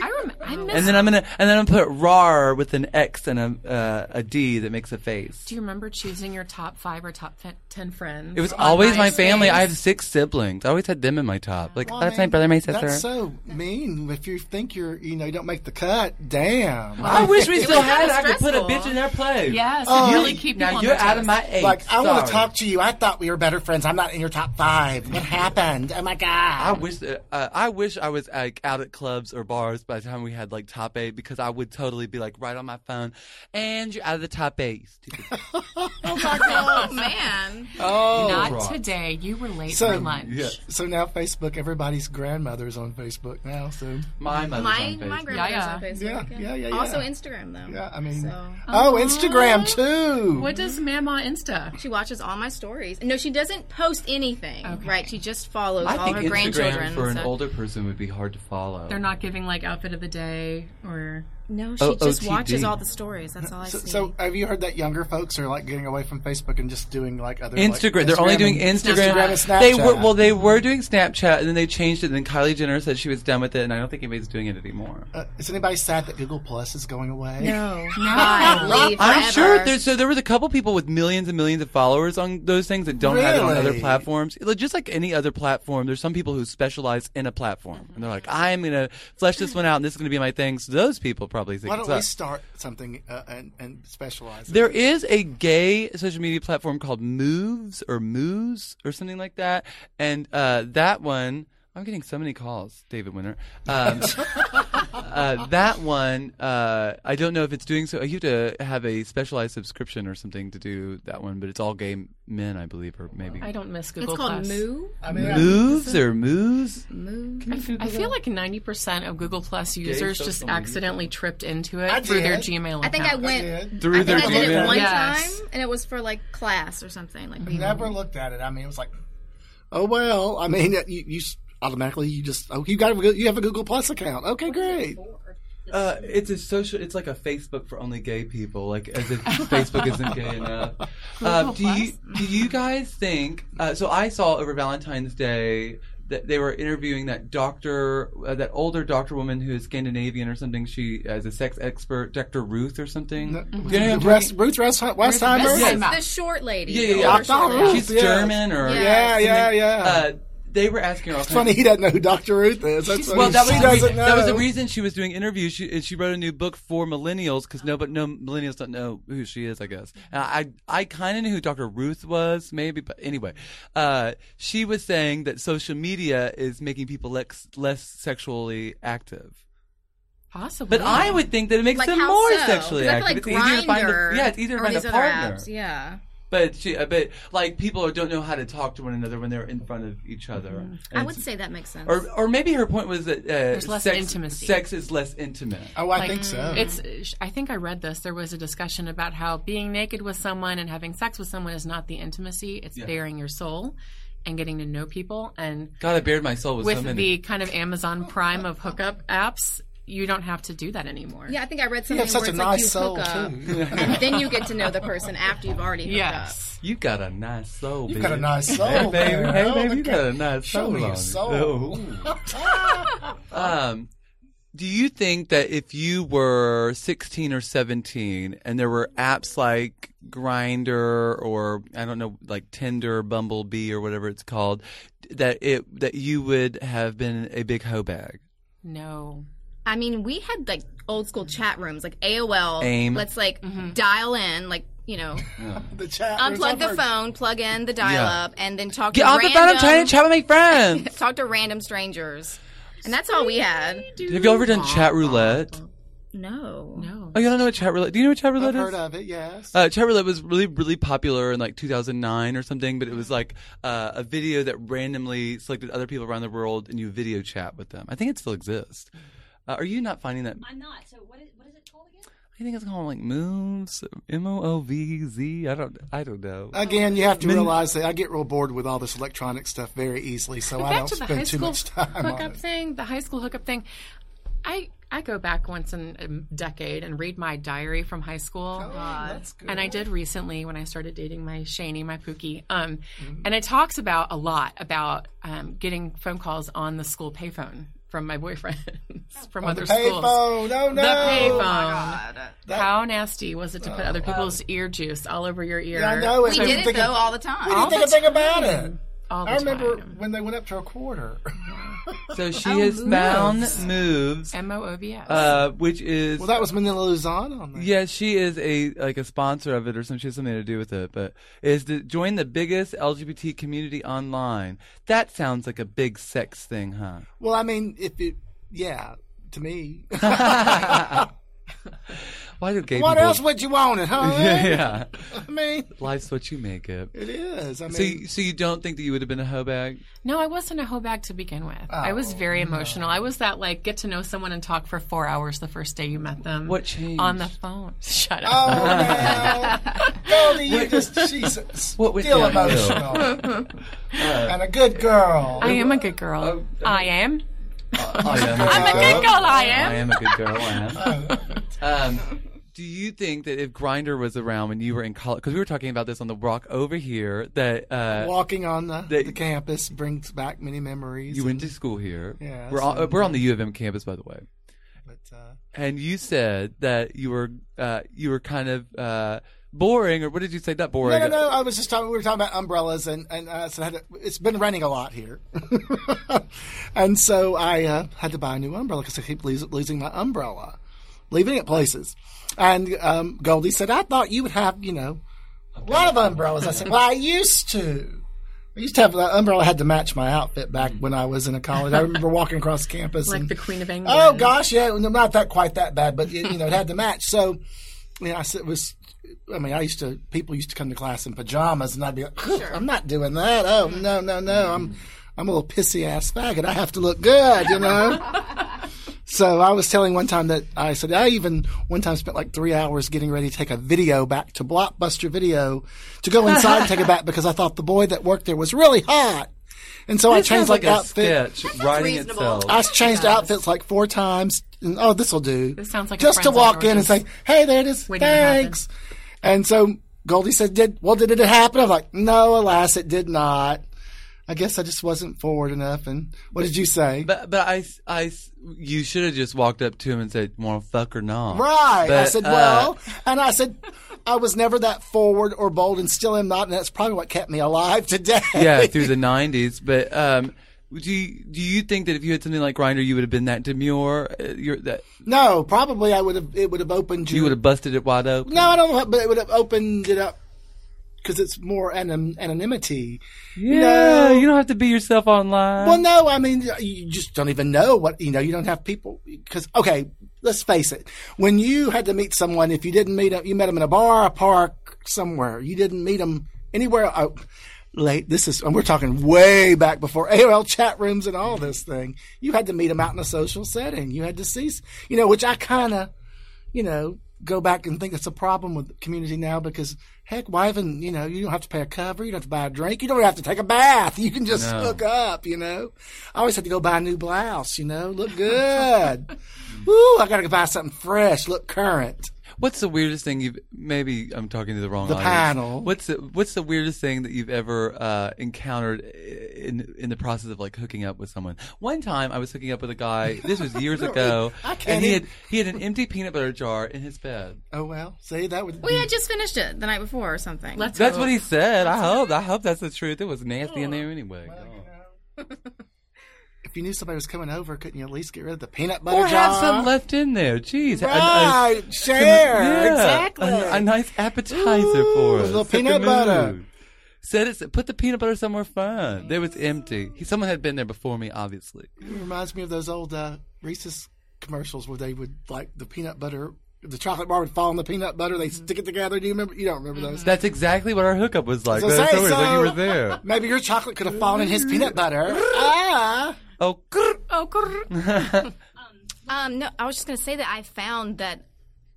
[SPEAKER 4] I rem- I miss.
[SPEAKER 3] and then I'm gonna, and then I'm gonna put "rar" with an X and a uh, a D that makes a face."
[SPEAKER 4] do you remember choosing your top five or top fe- ten friends?
[SPEAKER 3] It was
[SPEAKER 4] on
[SPEAKER 3] always my family.
[SPEAKER 4] MySpace?
[SPEAKER 3] I have six siblings. I always had them in my top. Like
[SPEAKER 2] Well, I
[SPEAKER 3] that's my
[SPEAKER 2] mean,
[SPEAKER 3] brother, my sister.
[SPEAKER 2] That's so mean. If you think you're, you know, you don't make the cut. Damn.
[SPEAKER 3] I wish we still
[SPEAKER 1] was
[SPEAKER 3] had it. I
[SPEAKER 1] kinda
[SPEAKER 3] could put a
[SPEAKER 1] stressful.
[SPEAKER 3] bitch in their place.
[SPEAKER 4] Yes,
[SPEAKER 2] Oh,
[SPEAKER 4] you really keep people
[SPEAKER 3] Now
[SPEAKER 4] on
[SPEAKER 3] you're
[SPEAKER 4] their
[SPEAKER 3] out of
[SPEAKER 4] toes.
[SPEAKER 3] my age.
[SPEAKER 2] like I want
[SPEAKER 3] Sorry.
[SPEAKER 2] to talk to you. I thought we were better friends. I'm not in your top five. What happened? Oh my
[SPEAKER 3] I
[SPEAKER 2] god.
[SPEAKER 3] wish uh, uh, I wish I was like out at clubs or bars by the time we had like top eight because I would totally be like right on my phone, and you're out of the top eight. stupid."
[SPEAKER 1] oh man.
[SPEAKER 2] oh.
[SPEAKER 4] Not today. You were late
[SPEAKER 2] So-
[SPEAKER 4] for lunch.
[SPEAKER 3] yeah.
[SPEAKER 2] So now Facebook, everybody's grandmother's on Facebook now. So
[SPEAKER 3] my mother's
[SPEAKER 1] My
[SPEAKER 3] on
[SPEAKER 1] my
[SPEAKER 3] Facebook.
[SPEAKER 1] grandmother's
[SPEAKER 4] Yeah,
[SPEAKER 1] on Facebook.
[SPEAKER 2] yeah, yeah, yeah. yeah.
[SPEAKER 1] Also Instagram though.
[SPEAKER 2] Yeah, I mean,
[SPEAKER 1] So-
[SPEAKER 3] Uh,
[SPEAKER 2] oh, Instagram too.
[SPEAKER 4] What does Mama Insta?
[SPEAKER 1] She watches all my stories. No, she doesn't post anything. Right? She just follows
[SPEAKER 3] I
[SPEAKER 1] all
[SPEAKER 3] think
[SPEAKER 1] her
[SPEAKER 3] Instagram
[SPEAKER 1] grandchildren.
[SPEAKER 3] for an
[SPEAKER 1] so-
[SPEAKER 3] older person would be hard to follow.
[SPEAKER 4] They're not giving like outfit of the day or.
[SPEAKER 1] no, she
[SPEAKER 3] O-
[SPEAKER 1] just
[SPEAKER 3] OTD.
[SPEAKER 1] watches all the stories. That's all I
[SPEAKER 2] So,
[SPEAKER 1] see.
[SPEAKER 2] so have you heard that younger folks are like getting away from Facebook and just doing like other like,
[SPEAKER 3] Instagram. they're only doing
[SPEAKER 2] and-
[SPEAKER 3] Instagram.
[SPEAKER 2] Instagram and
[SPEAKER 3] They were
[SPEAKER 2] Snapchat.
[SPEAKER 3] well. They were doing Snapchat, and then they changed it. And then Kylie Jenner said she was done with it, and I don't think anybody's doing it anymore.
[SPEAKER 2] Uh, is anybody sad that Google Plus is going away?
[SPEAKER 1] no, God, leave
[SPEAKER 3] Ah, I'm
[SPEAKER 1] forever.
[SPEAKER 3] sure there's so there was a couple people with millions and millions of followers on those things that don't have it on other
[SPEAKER 2] Really?
[SPEAKER 3] platforms. Like, Just like any other platform, there's some people who specialize in a platform and they're like, I'm gonna flesh this one out and this is gonna be my thing. So those people probably think
[SPEAKER 2] Why don't
[SPEAKER 3] it's
[SPEAKER 2] we
[SPEAKER 3] us.
[SPEAKER 2] start something uh, and, and specialize? in
[SPEAKER 3] There
[SPEAKER 2] it?
[SPEAKER 3] is a gay social media platform called Moves or Moves or something like that, and uh, that one I'm getting so many calls, David Winter. Um, uh, that one, uh, I don't know if it's doing so. You have to have a specialized subscription or something to do that one, but it's all gay men, I believe, or maybe
[SPEAKER 4] I don't miss Google.
[SPEAKER 1] It's called
[SPEAKER 4] Plus.
[SPEAKER 1] Moo.
[SPEAKER 2] I mean,
[SPEAKER 3] moves or moves.
[SPEAKER 1] Moo.
[SPEAKER 4] I feel like 90% of Google Plus users
[SPEAKER 3] social
[SPEAKER 4] just
[SPEAKER 3] media.
[SPEAKER 4] accidently tripped into it
[SPEAKER 2] I
[SPEAKER 4] through their
[SPEAKER 2] did.
[SPEAKER 4] Gmail
[SPEAKER 1] I think I
[SPEAKER 4] account.
[SPEAKER 1] went
[SPEAKER 3] Through
[SPEAKER 1] I
[SPEAKER 3] their
[SPEAKER 1] think I did
[SPEAKER 3] Gmail.
[SPEAKER 1] it one
[SPEAKER 4] Yes.
[SPEAKER 1] time, and it was for like class or something. Like we
[SPEAKER 2] never looked at it. I mean, it was like, oh well. I mean, you, you s- automatically you just oh you got a, you have a Google Plus account. Okay, great.
[SPEAKER 3] Uh, it's a social. It's like a Facebook for only gay people. Like as if Facebook isn't gay enough. Uh, do you do you guys think? Uh, so I saw over Valentine's Day that they were interviewing that doctor, uh, that older doctor woman who is Scandinavian or something. She is a sex expert, Dr. Ruth or something. Do you know who I'm
[SPEAKER 2] Rest, Ruth Rest, Westheimer.
[SPEAKER 1] It's
[SPEAKER 4] Yes.
[SPEAKER 1] the short lady.
[SPEAKER 3] Yeah, yeah,
[SPEAKER 1] The
[SPEAKER 3] yeah.
[SPEAKER 1] older short lady.
[SPEAKER 3] She's
[SPEAKER 2] Yeah.
[SPEAKER 3] German or
[SPEAKER 2] Yeah, yeah, yeah.
[SPEAKER 3] Uh, they were asking her all
[SPEAKER 2] it's
[SPEAKER 3] kinds
[SPEAKER 2] funny he doesn't know who Doctor Ruth is. That's
[SPEAKER 3] well, that was,
[SPEAKER 2] she
[SPEAKER 3] the reason-
[SPEAKER 2] doesn't know.
[SPEAKER 3] that was the reason she was doing interviews. She and she wrote a new book for millennials because no, but no millennials don't know who she is. I guess and I I kind of knew who Dr. Ruth was, maybe, but anyway, uh, she was saying that social media is making people less less sexually active.
[SPEAKER 4] Possibly.
[SPEAKER 3] But I would think that it makes
[SPEAKER 1] Mm. Like
[SPEAKER 3] them
[SPEAKER 1] how
[SPEAKER 3] more
[SPEAKER 1] so? 'Cause I
[SPEAKER 3] sexually
[SPEAKER 1] feel
[SPEAKER 3] active.
[SPEAKER 1] like
[SPEAKER 3] it's easier to find a,
[SPEAKER 1] Grindr
[SPEAKER 3] yeah, it's easier to
[SPEAKER 1] or
[SPEAKER 3] find a
[SPEAKER 1] these other
[SPEAKER 3] partner.
[SPEAKER 1] apps, Yeah.
[SPEAKER 3] But she, uh, but like people don't know how to talk to one another when they're in front of each other. And
[SPEAKER 1] I
[SPEAKER 3] it's-
[SPEAKER 1] would say that makes sense.
[SPEAKER 3] or, or maybe her point was that uh, there's
[SPEAKER 4] less
[SPEAKER 3] sex,
[SPEAKER 4] intimacy.
[SPEAKER 3] Sex is less intimate.
[SPEAKER 2] Oh, I think so.
[SPEAKER 4] It's. I think I read this. There was a discussion about how being naked with someone and having sex with someone is not the intimacy. It's bearing your soul and getting to know people. And
[SPEAKER 3] God, I bared my soul with,
[SPEAKER 4] with
[SPEAKER 3] so many.
[SPEAKER 4] the kind of Amazon Prime of hookup apps, you don't have to do that anymore.
[SPEAKER 1] yeah, I think I read
[SPEAKER 2] you
[SPEAKER 1] something
[SPEAKER 2] have such
[SPEAKER 1] where
[SPEAKER 2] a
[SPEAKER 1] it's
[SPEAKER 2] nice soul
[SPEAKER 1] like you hook up,
[SPEAKER 2] too.
[SPEAKER 1] and then you get to know the person after you've already hooked up.
[SPEAKER 4] Yes.
[SPEAKER 3] you got a nice soul, baby.
[SPEAKER 2] You've got a nice soul,
[SPEAKER 3] Hey, baby,
[SPEAKER 2] man.
[SPEAKER 3] hey,
[SPEAKER 2] Oh,
[SPEAKER 3] baby you
[SPEAKER 2] look
[SPEAKER 3] got
[SPEAKER 2] at-
[SPEAKER 3] a nice
[SPEAKER 2] Show
[SPEAKER 3] soul.
[SPEAKER 2] me your
[SPEAKER 3] on you.
[SPEAKER 2] soul.
[SPEAKER 3] Oh. um, do you think that if you were 16 or 17 and there were apps like Grinder or I don't know, like Tinder, Bumblebee, or whatever it's called, that it that you would have been a big hoe bag?
[SPEAKER 4] No.
[SPEAKER 1] I mean, we had like old school chat rooms, like AOL.
[SPEAKER 3] AIM. Mm-hmm.
[SPEAKER 1] Let's like dial in, like you know,
[SPEAKER 2] the chat. rooms,
[SPEAKER 1] unplug
[SPEAKER 2] I've
[SPEAKER 1] the
[SPEAKER 2] heard-
[SPEAKER 1] phone, plug in the dial-up, and then talk
[SPEAKER 3] Get
[SPEAKER 1] to
[SPEAKER 3] off the
[SPEAKER 1] random,
[SPEAKER 3] phone! I'm trying to chat with my friends.
[SPEAKER 1] talk to random strangers, and that's all we had.
[SPEAKER 3] Have you ever done chat roulette?
[SPEAKER 1] No,
[SPEAKER 4] No.
[SPEAKER 3] Oh, you don't know what chat roulette? Do you know what chat roulette
[SPEAKER 2] I've
[SPEAKER 3] is?
[SPEAKER 2] heard of it. Yes.
[SPEAKER 3] Uh, Chat Roulette was really, really popular in like 2009 or something, but it was like uh, a video that randomly selected other people around the world and you video chat with them. I think it still exists. Uh, are you not finding that?
[SPEAKER 7] I'm not. So what is what is it called again?
[SPEAKER 3] I think it's called like moves, M O O V Z. I don't, I don't know.
[SPEAKER 2] Again, you have to realize that I get real bored with all this electronic stuff very easily, so I
[SPEAKER 4] back
[SPEAKER 2] don't
[SPEAKER 4] to the high
[SPEAKER 2] spend too
[SPEAKER 4] school
[SPEAKER 2] much time on
[SPEAKER 4] hookup
[SPEAKER 2] it.
[SPEAKER 4] thing, the high school hookup thing. I I go back once in a decade and read my diary from high school.
[SPEAKER 2] Oh,
[SPEAKER 4] And I did recently when I started dating my Shaney, my Pookie. Um,
[SPEAKER 2] Mm-hmm.
[SPEAKER 4] And it talks about a lot about um, getting phone calls on the school payphone from my boyfriends from other schools.
[SPEAKER 2] Payphone. Oh, No, no.
[SPEAKER 4] The payphone. How nasty was it to put other people's ear juice all over your ear?
[SPEAKER 2] Oh. I know.
[SPEAKER 1] we did it though all the time.
[SPEAKER 2] I didn't think a thing about it.
[SPEAKER 4] All the
[SPEAKER 2] I remember
[SPEAKER 4] time.
[SPEAKER 2] when they went up to a quarter.
[SPEAKER 3] So she has found moves,
[SPEAKER 4] M O O B S.
[SPEAKER 3] uh, which is
[SPEAKER 2] well, that was Manila Luzon on there.
[SPEAKER 3] Yeah, she is a like a sponsor of it or something. She has something to do with it, but is to join the biggest LGBT community online. That sounds like a big sex thing, huh?
[SPEAKER 2] Well, I mean, if it, yeah, to me.
[SPEAKER 3] Why do gay
[SPEAKER 2] what
[SPEAKER 3] people?
[SPEAKER 2] else would you want it, huh?
[SPEAKER 3] yeah, yeah.
[SPEAKER 2] I mean,
[SPEAKER 3] Life's what you make it.
[SPEAKER 2] it is. I mean,
[SPEAKER 3] So, you, so you don't think that you would have been a hoe bag?
[SPEAKER 4] No, I wasn't a hoe bag to begin with. I
[SPEAKER 2] Oh,
[SPEAKER 4] was very emotional. I was that like get to know someone and talk for four hours the first day you met them.
[SPEAKER 3] What changed?
[SPEAKER 4] on the phone? Shut
[SPEAKER 2] oh,
[SPEAKER 4] up.
[SPEAKER 2] now. Goldie, you just, she's
[SPEAKER 3] What
[SPEAKER 2] still
[SPEAKER 3] went downhill?
[SPEAKER 2] emotional.
[SPEAKER 3] Uh,
[SPEAKER 2] and a good girl.
[SPEAKER 4] I am a
[SPEAKER 2] oh,
[SPEAKER 4] good girl. I am.
[SPEAKER 3] I am. a
[SPEAKER 4] I'm a good
[SPEAKER 2] oh,
[SPEAKER 4] girl. I am.
[SPEAKER 3] I am a good girl. I
[SPEAKER 2] Uh-huh.
[SPEAKER 3] am. um, do you think that if Grinder was around when you were in college, because we were talking about this on the walk over here, that uh,
[SPEAKER 2] Walking on the,
[SPEAKER 3] They-
[SPEAKER 2] the campus brings back many memories.
[SPEAKER 3] You went to
[SPEAKER 2] and-
[SPEAKER 3] school here.
[SPEAKER 2] Yeah,
[SPEAKER 3] we're
[SPEAKER 2] that's
[SPEAKER 3] on,
[SPEAKER 2] fine.
[SPEAKER 3] we're on the U of M campus, by the way.
[SPEAKER 2] but, uh,
[SPEAKER 3] And you said that you were uh, you were kind of uh, boring, or what did you say? Not
[SPEAKER 2] no,
[SPEAKER 3] boring.
[SPEAKER 2] no, no. I was just talking. We were talking about umbrellas, and and uh, so I had to, it's been raining a lot here, and so I uh, had to buy a new umbrella because I keep lose, losing my umbrella, leaving it places. And um, Goldie said, "I thought you would have, you know, a lot of umbrellas." I said, "Well, I used to." I used to have the umbrella had to match my outfit back when I was in a college. I remember walking across campus
[SPEAKER 1] like
[SPEAKER 2] and
[SPEAKER 1] the Queen of England.
[SPEAKER 2] oh gosh, yeah, no, not that quite that bad, but it, you know it had to match. So, you know, I said it was. I mean, I used to people used to come to class in pajamas, and I'd be like, "Ugh, I'm not doing that. Oh
[SPEAKER 3] Mm-hmm.
[SPEAKER 2] no, no, no, I'm I'm a little pissy ass faggot. I have to look good, you know. So I was telling one time that I said I even one time spent like three hours getting ready to take a video back to Blockbuster Video to go inside and take it back because I thought the boy that worked there was really hot, and so I changed
[SPEAKER 3] sounds like
[SPEAKER 2] like
[SPEAKER 3] a
[SPEAKER 2] outfit.
[SPEAKER 3] sketch writing itself.
[SPEAKER 2] I changed outfits like four times. And, oh, this will do. This
[SPEAKER 4] sounds like a
[SPEAKER 2] just to
[SPEAKER 4] Friends
[SPEAKER 2] walk in and say,
[SPEAKER 4] orgy.
[SPEAKER 2] "Hey, there it is.
[SPEAKER 4] Waiting to happen.
[SPEAKER 2] Thanks." And so Goldie said, "Did well? Did it happen?" I'm like, "No, alas, it did not. I guess I just wasn't forward enough." And what did you say?
[SPEAKER 3] But but I, I you should have just walked up to him and said, "Want to fuck or not?"
[SPEAKER 2] right? I
[SPEAKER 3] But,
[SPEAKER 2] said,
[SPEAKER 3] uh,
[SPEAKER 2] "Well," and I said. I was never that forward or bold, and still am not, and that's probably what kept me alive today.
[SPEAKER 3] yeah, through the '90s. But um, do you, do you think that if you had something like Grinder, you would have been that demure? Uh, you're, that
[SPEAKER 2] no, probably I would have. It would have opened
[SPEAKER 3] you would have busted it wide open.
[SPEAKER 2] Mm. No, I don't. know, But it would have opened it up because it's more anon- anonymity.
[SPEAKER 3] yeah,
[SPEAKER 2] No.
[SPEAKER 3] you don't have to be yourself online.
[SPEAKER 2] Well, no, I mean, you just don't even know what, you know, you don't have people. Because, okay, let's face it. When you had to meet someone, if you didn't meet them, you met them in a bar, a park, somewhere. You didn't meet them anywhere. Oh, late, this is, and we're talking way back before AOL chat rooms and all this thing. You had to meet them out in a social setting. You had to see, s- you know, which I kind of, you know, go back and think it's a problem with the community now because heck why even you know you don't have to pay a cover you don't have to buy a drink you don't have to take a bath you can just hook up you know i always had to go buy a new blouse you know look good Ooh, i gotta go buy something fresh look current
[SPEAKER 3] What's the weirdest thing you've? Maybe I'm talking to the wrong.
[SPEAKER 2] The
[SPEAKER 3] audience.
[SPEAKER 2] panel.
[SPEAKER 3] What's the What's the weirdest thing that you've ever uh, encountered in in the process of like hooking up with someone? One time, I was hooking up with a guy. This was years ago,
[SPEAKER 2] I can't
[SPEAKER 3] and he had
[SPEAKER 2] even-
[SPEAKER 3] he had an empty peanut butter jar in his bed.
[SPEAKER 2] oh well see that would
[SPEAKER 1] We had just finished it the night before or something.
[SPEAKER 4] Let's
[SPEAKER 3] That's Oh.
[SPEAKER 4] go.
[SPEAKER 3] what he said. I hope. I hope that's the truth. It was nasty in there anyway.
[SPEAKER 2] if you knew somebody was coming over couldn't you at least get rid of the peanut butter
[SPEAKER 3] Or
[SPEAKER 2] jar
[SPEAKER 3] have some left in there. Jeez. A- a-
[SPEAKER 2] right
[SPEAKER 3] some-
[SPEAKER 2] share
[SPEAKER 3] yeah,
[SPEAKER 2] exactly
[SPEAKER 3] A, a nice appetizer
[SPEAKER 2] Ooh,
[SPEAKER 3] for us.
[SPEAKER 2] little
[SPEAKER 3] Set the
[SPEAKER 2] peanut butter.
[SPEAKER 3] mood. Said it. Put the peanut butter somewhere fun. There was empty. He, someone had been there before me, obviously.
[SPEAKER 2] It reminds me of those old uh, Reese's commercials where they would like the peanut butter, the chocolate bar would fall in the peanut butter. They
[SPEAKER 3] Mm-hmm.
[SPEAKER 2] stick it together. Do you remember? You don't remember those?
[SPEAKER 3] That's exactly what our hookup was like.
[SPEAKER 2] So
[SPEAKER 3] That's
[SPEAKER 2] say
[SPEAKER 3] so weird,
[SPEAKER 2] so.
[SPEAKER 3] like you were there.
[SPEAKER 2] Maybe your chocolate could have fallen in
[SPEAKER 3] Mm-hmm.
[SPEAKER 2] his peanut butter. ah,
[SPEAKER 3] Oh, grr.
[SPEAKER 4] Oh, grr.
[SPEAKER 1] Um, no, I was just gonna say that I found that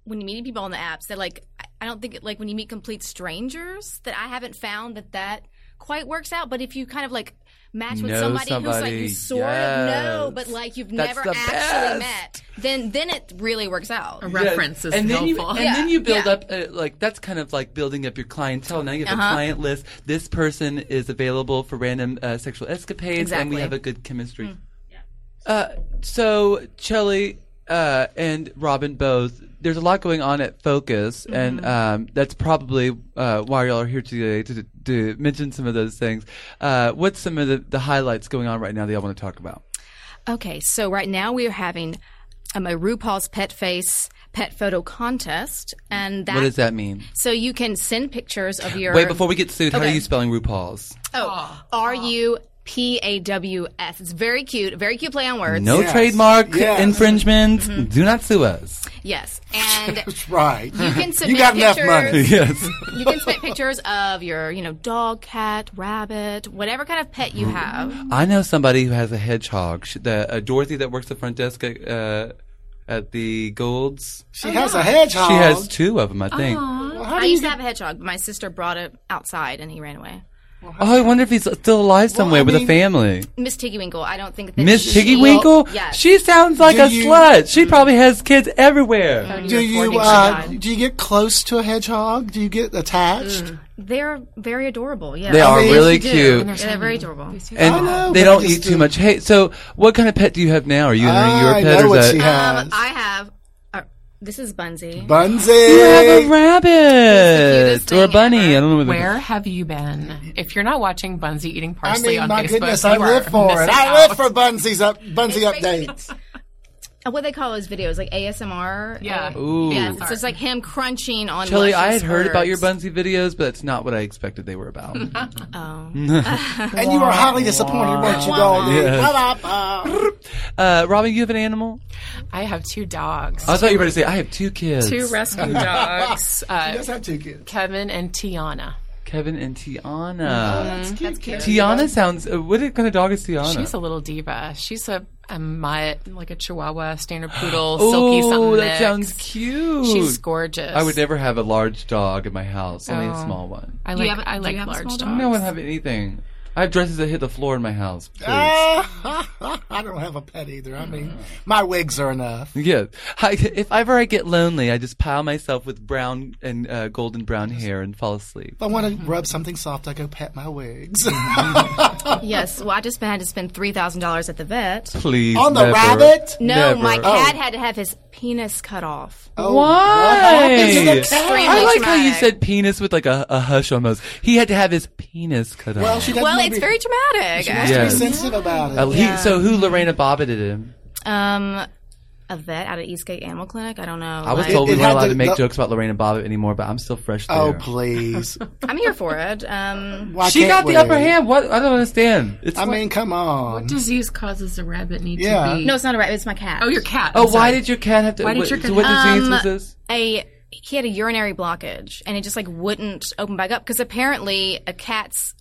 [SPEAKER 1] when meeting people on the apps, that like I- I don't think like when you meet complete strangers, that I haven't found that that quite works out. But if you kind of like match with
[SPEAKER 3] Know
[SPEAKER 1] somebody, who's like
[SPEAKER 3] somebody,
[SPEAKER 1] you sort of know, but
[SPEAKER 3] yes.
[SPEAKER 1] like you've
[SPEAKER 3] That's
[SPEAKER 1] never
[SPEAKER 3] the
[SPEAKER 1] actually
[SPEAKER 3] best.
[SPEAKER 1] met, then then it really works out.
[SPEAKER 4] A reference is
[SPEAKER 3] and then
[SPEAKER 4] helpful.
[SPEAKER 3] you and then
[SPEAKER 1] Yeah,
[SPEAKER 3] you build
[SPEAKER 1] yeah.
[SPEAKER 3] up uh, like that's kind of like building up your clientele. Now you have
[SPEAKER 1] Uh-huh.
[SPEAKER 3] a client list. This person is available for random uh, sexual escapades, and
[SPEAKER 1] Exactly. Hmm.
[SPEAKER 3] we have a good chemistry. Uh, so Chelly uh, and Robin both. There's a lot going on at Focus,
[SPEAKER 1] Mm-hmm.
[SPEAKER 3] and um, that's probably uh, why y'all are here today to, to mention some of those things. Uh, what's some of the, the highlights going on right now that y'all want to talk about?
[SPEAKER 1] Okay, so right now we are having um, a RuPaul's Pet Face Pet Photo Contest, and that
[SPEAKER 3] What does that mean?
[SPEAKER 1] so you can send pictures of your
[SPEAKER 3] Wait, before we get sued, how are
[SPEAKER 1] Okay.
[SPEAKER 3] you spelling RuPaul's?
[SPEAKER 1] Oh, R U P A W S. It's very cute. Very cute play on words.
[SPEAKER 3] No
[SPEAKER 2] Yes.
[SPEAKER 3] trademark
[SPEAKER 2] Yes. Mm-hmm.
[SPEAKER 3] infringement. Do not sue us.
[SPEAKER 1] Yes, and you
[SPEAKER 2] that's right.
[SPEAKER 1] can submit
[SPEAKER 2] got enough
[SPEAKER 1] pictures.
[SPEAKER 2] money.
[SPEAKER 3] Yes.
[SPEAKER 1] you can submit pictures of your, you know, dog, cat, rabbit, whatever kind of pet
[SPEAKER 3] Mm-hmm.
[SPEAKER 1] you have.
[SPEAKER 3] I know somebody who has a hedgehog. She, the uh, Dorothy that works the front desk at, uh, at the Golds.
[SPEAKER 2] She has a hedgehog.
[SPEAKER 3] She has two of them, I think.
[SPEAKER 2] Well, how
[SPEAKER 1] I
[SPEAKER 2] do you
[SPEAKER 1] used to
[SPEAKER 2] get-
[SPEAKER 1] have a hedgehog, but my sister brought it outside and he ran away.
[SPEAKER 3] Oh, I wonder if he's still alive somewhere
[SPEAKER 2] I
[SPEAKER 3] with
[SPEAKER 2] mean-
[SPEAKER 3] a family.
[SPEAKER 1] Miss Tiggy Winkle, I don't think that
[SPEAKER 3] Miss
[SPEAKER 1] she-
[SPEAKER 3] Tiggy Winkle?
[SPEAKER 1] Yes.
[SPEAKER 3] She sounds like
[SPEAKER 2] Do
[SPEAKER 3] a
[SPEAKER 2] you- Mm-hmm. Oh,
[SPEAKER 3] slut. She probably has kids everywhere.
[SPEAKER 2] do you uh, do you get close to a hedgehog? Do you get attached?
[SPEAKER 3] Mm.
[SPEAKER 1] they're very adorable. Yeah,
[SPEAKER 3] They are
[SPEAKER 2] mean,
[SPEAKER 3] really
[SPEAKER 1] They do.
[SPEAKER 3] cute.
[SPEAKER 1] Yeah, they're very adorable.
[SPEAKER 3] And
[SPEAKER 2] know,
[SPEAKER 3] they
[SPEAKER 2] but I
[SPEAKER 3] don't
[SPEAKER 2] just
[SPEAKER 3] eat too
[SPEAKER 2] do-
[SPEAKER 3] much. Hey, so what kind of pet do you have now? Are you entering your
[SPEAKER 2] I
[SPEAKER 3] pet
[SPEAKER 2] know
[SPEAKER 3] or
[SPEAKER 2] what
[SPEAKER 3] is
[SPEAKER 2] she
[SPEAKER 3] that-
[SPEAKER 2] has.
[SPEAKER 1] Um, I have. Uh, this is Bunsy.
[SPEAKER 2] Bunzi.
[SPEAKER 3] You have a rabbit
[SPEAKER 1] cutest
[SPEAKER 3] or a
[SPEAKER 1] thing
[SPEAKER 3] bunny.
[SPEAKER 1] ever.
[SPEAKER 3] I don't know what
[SPEAKER 4] Where have you been? If you're not watching Bunzi eating
[SPEAKER 2] I
[SPEAKER 4] parsley
[SPEAKER 2] mean,
[SPEAKER 4] on
[SPEAKER 2] my
[SPEAKER 4] Facebook,
[SPEAKER 2] goodness,
[SPEAKER 4] you
[SPEAKER 2] I
[SPEAKER 4] are
[SPEAKER 2] live for it.
[SPEAKER 4] missing
[SPEAKER 2] I live
[SPEAKER 4] out.
[SPEAKER 2] for Bunzi's up Bunzi updates.
[SPEAKER 1] uh, what they call those videos, like ASMR.
[SPEAKER 4] Yeah.
[SPEAKER 1] Uh,
[SPEAKER 3] Ooh.
[SPEAKER 1] yeah. So it's like him crunching on.
[SPEAKER 3] Shelly, I had
[SPEAKER 1] luscious
[SPEAKER 3] heard about your
[SPEAKER 1] herbs.
[SPEAKER 3] Bunsy videos, but that's not what I expected they were about.
[SPEAKER 2] And you were highly disappointed, weren't you, Goldie?
[SPEAKER 3] Yes.
[SPEAKER 2] Ba-da-ba.
[SPEAKER 3] Uh, Robin, you have an animal?
[SPEAKER 4] I have two dogs,
[SPEAKER 3] I thought you were going to say, I have two kids.
[SPEAKER 4] two rescue dogs,
[SPEAKER 2] She
[SPEAKER 4] uh,
[SPEAKER 2] does have two kids.
[SPEAKER 4] Kevin and Tiana.
[SPEAKER 3] Kevin and
[SPEAKER 4] Oh,
[SPEAKER 3] Tiana.
[SPEAKER 2] That's cute.
[SPEAKER 3] Tiana sounds, uh, what kind of dog is Tiana?
[SPEAKER 4] She's a little diva. She's a, a mutt, like a Chihuahua, standard poodle, silky something.
[SPEAKER 3] Oh, that
[SPEAKER 4] mix.
[SPEAKER 3] sounds cute.
[SPEAKER 4] She's gorgeous.
[SPEAKER 3] I would never have a large dog in my house, only a
[SPEAKER 4] Oh.
[SPEAKER 3] small one.
[SPEAKER 4] I
[SPEAKER 1] Do
[SPEAKER 4] like.
[SPEAKER 1] you have a-
[SPEAKER 4] I
[SPEAKER 1] do
[SPEAKER 4] like
[SPEAKER 1] you have a
[SPEAKER 4] large
[SPEAKER 1] small
[SPEAKER 4] dogs.
[SPEAKER 1] dog?
[SPEAKER 3] No one have anything. I have dresses that hit the floor in my house. Please.
[SPEAKER 2] Ah, I don't have a pet either. I mean, my wigs are enough.
[SPEAKER 3] yeah. I, if ever I get lonely, I just pile myself with brown and uh, golden brown hair and fall asleep.
[SPEAKER 2] If I want to rub something soft, I go pet my wigs.
[SPEAKER 1] Yes. Well, I just had to spend three thousand dollars at the vet.
[SPEAKER 3] Please.
[SPEAKER 2] On the
[SPEAKER 3] never.
[SPEAKER 2] rabbit?
[SPEAKER 1] No,
[SPEAKER 3] Never.
[SPEAKER 1] my
[SPEAKER 3] Oh.
[SPEAKER 1] cat had to have his penis cut off.
[SPEAKER 3] Why?
[SPEAKER 2] It's the cat.
[SPEAKER 1] Extremely
[SPEAKER 3] I like how you
[SPEAKER 1] traumatic.
[SPEAKER 3] said penis with like a, a hush almost. He had to have his penis cut off.
[SPEAKER 2] Well, she doesn't
[SPEAKER 1] Well,
[SPEAKER 2] wanna
[SPEAKER 1] it's
[SPEAKER 2] be-
[SPEAKER 1] very dramatic.
[SPEAKER 2] She wants
[SPEAKER 3] Yes.
[SPEAKER 2] to be sensitive about it.
[SPEAKER 3] Uh, he- so who Lorena bobbited him?
[SPEAKER 1] Um, a vet out of Eastgate Animal Clinic. I don't know.
[SPEAKER 3] I was
[SPEAKER 1] like-
[SPEAKER 3] told
[SPEAKER 2] it
[SPEAKER 3] we weren't
[SPEAKER 2] had
[SPEAKER 3] allowed
[SPEAKER 2] to-
[SPEAKER 3] to, make
[SPEAKER 2] the-
[SPEAKER 3] jokes about Lorena Bobbitt anymore, but I'm still fresh there.
[SPEAKER 2] oh, please.
[SPEAKER 1] I'm here for it. Um,
[SPEAKER 2] Why
[SPEAKER 3] She
[SPEAKER 2] can't
[SPEAKER 3] got the
[SPEAKER 2] we?
[SPEAKER 3] upper hand. What? I don't understand. It's
[SPEAKER 2] I
[SPEAKER 3] like-
[SPEAKER 2] mean, come on.
[SPEAKER 4] disease causes a rabbit need
[SPEAKER 2] Yeah.
[SPEAKER 1] no, it's not a rat. It's my cat.
[SPEAKER 4] Oh, your cat.
[SPEAKER 3] oh, why did your cat have to?
[SPEAKER 4] Why did
[SPEAKER 3] what,
[SPEAKER 4] your cat-
[SPEAKER 3] what disease
[SPEAKER 1] Um,
[SPEAKER 3] was this?
[SPEAKER 1] a he had a urinary blockage and it just like wouldn't open back up because apparently a cat's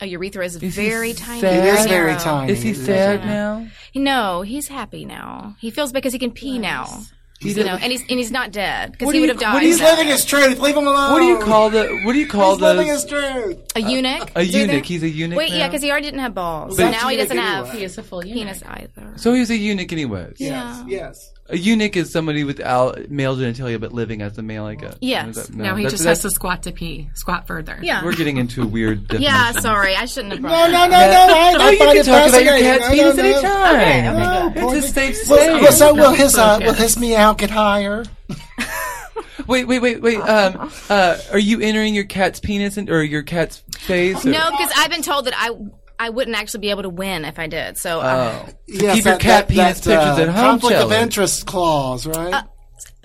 [SPEAKER 1] a urethra is
[SPEAKER 3] he
[SPEAKER 1] very tiny.
[SPEAKER 3] sad?
[SPEAKER 2] It is very
[SPEAKER 1] narrow.
[SPEAKER 2] tiny.
[SPEAKER 3] Is he sad now?
[SPEAKER 1] No, he's happy now. He feels because he can pee now.
[SPEAKER 3] He's
[SPEAKER 1] You know, and he's and he's not dead because
[SPEAKER 3] What
[SPEAKER 1] he
[SPEAKER 3] do
[SPEAKER 1] would
[SPEAKER 3] you-
[SPEAKER 1] have died.
[SPEAKER 3] what do you
[SPEAKER 2] He's living his truth. Leave him alone.
[SPEAKER 3] What do you call the? What do you call
[SPEAKER 2] Oh. He's living
[SPEAKER 3] the?
[SPEAKER 2] his truth.
[SPEAKER 1] a eunuch.
[SPEAKER 3] A
[SPEAKER 1] Is he there?
[SPEAKER 3] eunuch. He's a eunuch.
[SPEAKER 1] Wait, yeah,
[SPEAKER 3] now?
[SPEAKER 1] because he already didn't have balls.
[SPEAKER 2] But-
[SPEAKER 1] So now he
[SPEAKER 2] Eunuch
[SPEAKER 1] doesn't
[SPEAKER 2] anyway.
[SPEAKER 1] have
[SPEAKER 4] He is a full eunuch.
[SPEAKER 1] penis either.
[SPEAKER 3] So he was a eunuch, anyways.
[SPEAKER 2] Yes, yes.
[SPEAKER 3] A eunuch is somebody without male genitalia but living as a male, I guess.
[SPEAKER 1] Yes.
[SPEAKER 3] Is that- no,
[SPEAKER 4] Now he
[SPEAKER 3] that's-
[SPEAKER 4] just has to
[SPEAKER 3] that's-
[SPEAKER 4] squat to pee, squat further.
[SPEAKER 1] Yeah.
[SPEAKER 3] We're getting into a weird. Definition.
[SPEAKER 1] Yeah, sorry, I shouldn't have brought that
[SPEAKER 2] No, no, no,
[SPEAKER 1] up.
[SPEAKER 2] no. I,
[SPEAKER 3] Oh,
[SPEAKER 2] I
[SPEAKER 3] you
[SPEAKER 2] find
[SPEAKER 3] can
[SPEAKER 2] it
[SPEAKER 3] talk about your
[SPEAKER 2] fascinating.
[SPEAKER 3] cat's
[SPEAKER 2] No,
[SPEAKER 3] penis
[SPEAKER 2] no, no.
[SPEAKER 3] anytime.
[SPEAKER 2] No, poor
[SPEAKER 3] It's a safe space.
[SPEAKER 2] Well, well, so will
[SPEAKER 4] Don't
[SPEAKER 2] his uh, will
[SPEAKER 4] focus.
[SPEAKER 2] his meow get higher?
[SPEAKER 3] Wait, wait, wait, wait. Um, uh, are you entering your cat's penis in, or your cat's face? or-
[SPEAKER 1] No, because I've been told that I I wouldn't actually be able to win if I did. So
[SPEAKER 3] Oh.
[SPEAKER 1] uh,
[SPEAKER 2] Yes,
[SPEAKER 3] Keep your cat penis pictures at home,
[SPEAKER 2] uh, Conflict of
[SPEAKER 3] Shelley.
[SPEAKER 2] interest clause, right?
[SPEAKER 4] Uh,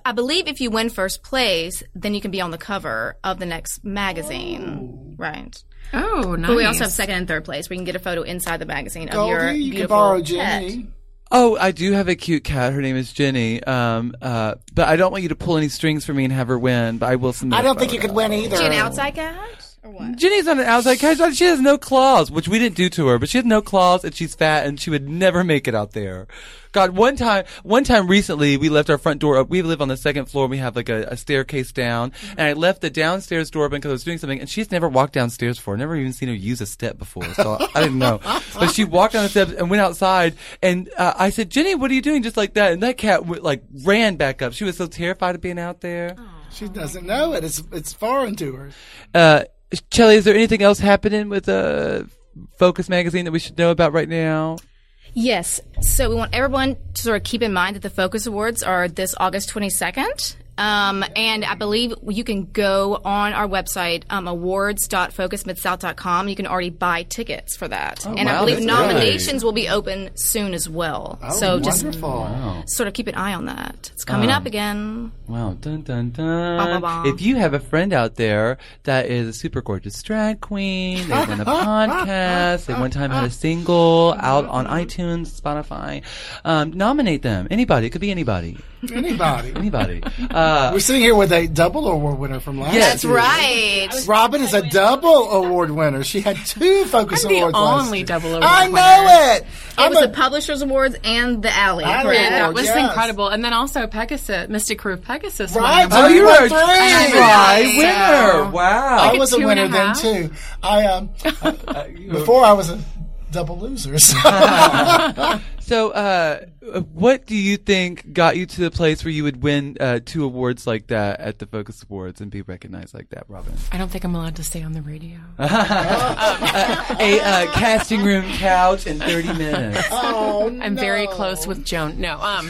[SPEAKER 1] I believe if you win first place, then you can be on the cover of the next magazine, right?
[SPEAKER 4] Oh, nice.
[SPEAKER 1] But we also have second and third place. We can get a photo inside the magazine of your
[SPEAKER 2] Goldie, you can
[SPEAKER 1] beautiful
[SPEAKER 2] borrow
[SPEAKER 1] pet.
[SPEAKER 2] Jenny.
[SPEAKER 3] Oh, I do have a cute cat. Her name is Jenny. Um, uh, but I don't want you to pull any strings for me and have her win. But I will submit.
[SPEAKER 2] I
[SPEAKER 3] a
[SPEAKER 2] don't think you
[SPEAKER 3] photo.
[SPEAKER 2] could win either.
[SPEAKER 1] Is she an outside cat or what?
[SPEAKER 3] Jenny's not an outside cat. She has no claws, which we didn't do to her, but she has no claws and she's fat and she would never make it out there. God, one time, one time recently, we left our front door up. We live on the second floor. and We have like a, a staircase down and I left the downstairs door open because I was doing something and she's never walked downstairs before. Never even seen her use a step before. So I didn't know. But she walked down the steps and went outside and uh, I said, Jenny, what are you doing? Just like that. And that cat went, like ran back up. She was so terrified of being out there.
[SPEAKER 2] She doesn't know it. It's it's foreign to her.
[SPEAKER 3] Uh, Chelly, is there anything else happening with uh, Focus Magazine that we should know about right now?
[SPEAKER 1] Yes. So we want everyone to sort of keep in mind that the Focus Awards are this August 22nd. Um, and I believe you can go on our website, um, awards.focusmidsouth.com. You can already buy tickets for that. and
[SPEAKER 3] Oh, wow,
[SPEAKER 1] I believe
[SPEAKER 3] that's Oh,
[SPEAKER 1] nominations will be open soon as well. so just
[SPEAKER 2] wonderful.
[SPEAKER 1] sort of keep an eye on that. It's coming
[SPEAKER 3] Ah.
[SPEAKER 1] up again.
[SPEAKER 3] Wow, dun dun dun!
[SPEAKER 1] Bah, bah, bah.
[SPEAKER 3] If you have a friend out there that is a super gorgeous drag queen, they run a podcast, they one time had a single out on iTunes, Spotify, um, nominate them. Anybody, it could be anybody,
[SPEAKER 2] Anybody.
[SPEAKER 3] anybody. Uh,
[SPEAKER 2] We're sitting here with a double award winner from last
[SPEAKER 3] Yes.
[SPEAKER 1] That's
[SPEAKER 2] year.
[SPEAKER 1] right.
[SPEAKER 2] Robin is a double award winner. She had two Focus
[SPEAKER 4] I'm the
[SPEAKER 2] Awards.
[SPEAKER 4] only
[SPEAKER 2] last year.
[SPEAKER 4] double award
[SPEAKER 2] I
[SPEAKER 4] winner.
[SPEAKER 2] know it.
[SPEAKER 1] It
[SPEAKER 2] I'm
[SPEAKER 1] was
[SPEAKER 2] a-
[SPEAKER 1] the Publishers Awards and the Alley.
[SPEAKER 2] Alley
[SPEAKER 1] correct?
[SPEAKER 4] That
[SPEAKER 3] Oh,
[SPEAKER 2] Award.
[SPEAKER 4] was
[SPEAKER 2] Yes.
[SPEAKER 4] incredible. And then also Pegasus, Mystic Crew of Pegasus. won
[SPEAKER 2] Right.
[SPEAKER 4] the
[SPEAKER 2] Oh,
[SPEAKER 3] oh,
[SPEAKER 4] award.
[SPEAKER 2] you
[SPEAKER 3] you are
[SPEAKER 2] were
[SPEAKER 3] a
[SPEAKER 2] three.
[SPEAKER 3] try winner!
[SPEAKER 4] So-
[SPEAKER 3] Wow.
[SPEAKER 2] I was a
[SPEAKER 4] two and
[SPEAKER 2] winner
[SPEAKER 4] a
[SPEAKER 2] then
[SPEAKER 4] half?
[SPEAKER 2] too. I um
[SPEAKER 3] Uh,
[SPEAKER 2] before I was a double loser. So.
[SPEAKER 3] So, uh, what do you think got you to the place where you would win uh, two awards like that at the Focus Awards and be recognized like that, Robin?
[SPEAKER 4] I don't think I'm allowed to stay on the radio.
[SPEAKER 3] A uh, casting room couch in 30 minutes.
[SPEAKER 2] oh,
[SPEAKER 4] I'm very close with Joan. No, um,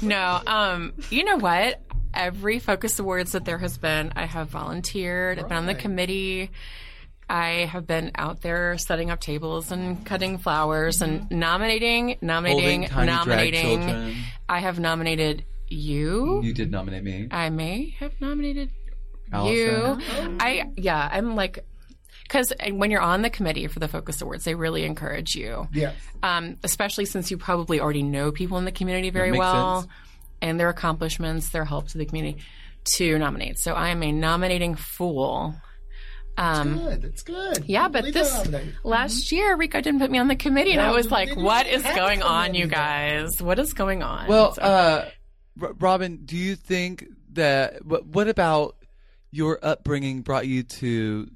[SPEAKER 4] no, um, you know what? Every Focus Awards that there has been, I have volunteered. I've been on the committee. I have been out there setting up tables and cutting flowers and nominating, nominating,
[SPEAKER 3] Holding tiny
[SPEAKER 4] nominating.
[SPEAKER 3] drag children.
[SPEAKER 4] I have nominated you.
[SPEAKER 3] You did nominate me.
[SPEAKER 4] I may have nominated
[SPEAKER 3] Allison.
[SPEAKER 4] you. I yeah, I'm like because when you're on the committee for the Focus Awards, they really encourage you,
[SPEAKER 2] Yeah.
[SPEAKER 4] um, especially since you probably already know people in the community very
[SPEAKER 3] makes
[SPEAKER 4] well
[SPEAKER 3] sense.
[SPEAKER 4] and their accomplishments, their help to the community to nominate. So I am a nominating fool. Um,
[SPEAKER 2] Good. It's good.
[SPEAKER 4] yeah, but
[SPEAKER 2] Leave that
[SPEAKER 4] this
[SPEAKER 2] on there.
[SPEAKER 4] last
[SPEAKER 3] Mm-hmm.
[SPEAKER 4] year, Rico didn't put me on the committee, and I was
[SPEAKER 2] you
[SPEAKER 4] like,
[SPEAKER 2] didn't
[SPEAKER 4] "What
[SPEAKER 2] even
[SPEAKER 4] is
[SPEAKER 2] have
[SPEAKER 4] going
[SPEAKER 2] a
[SPEAKER 4] on, you
[SPEAKER 2] committee.
[SPEAKER 4] guys? What is going on?"
[SPEAKER 3] Well,
[SPEAKER 4] So-
[SPEAKER 3] uh, R- Robin, do you think that what, what about your upbringing brought you to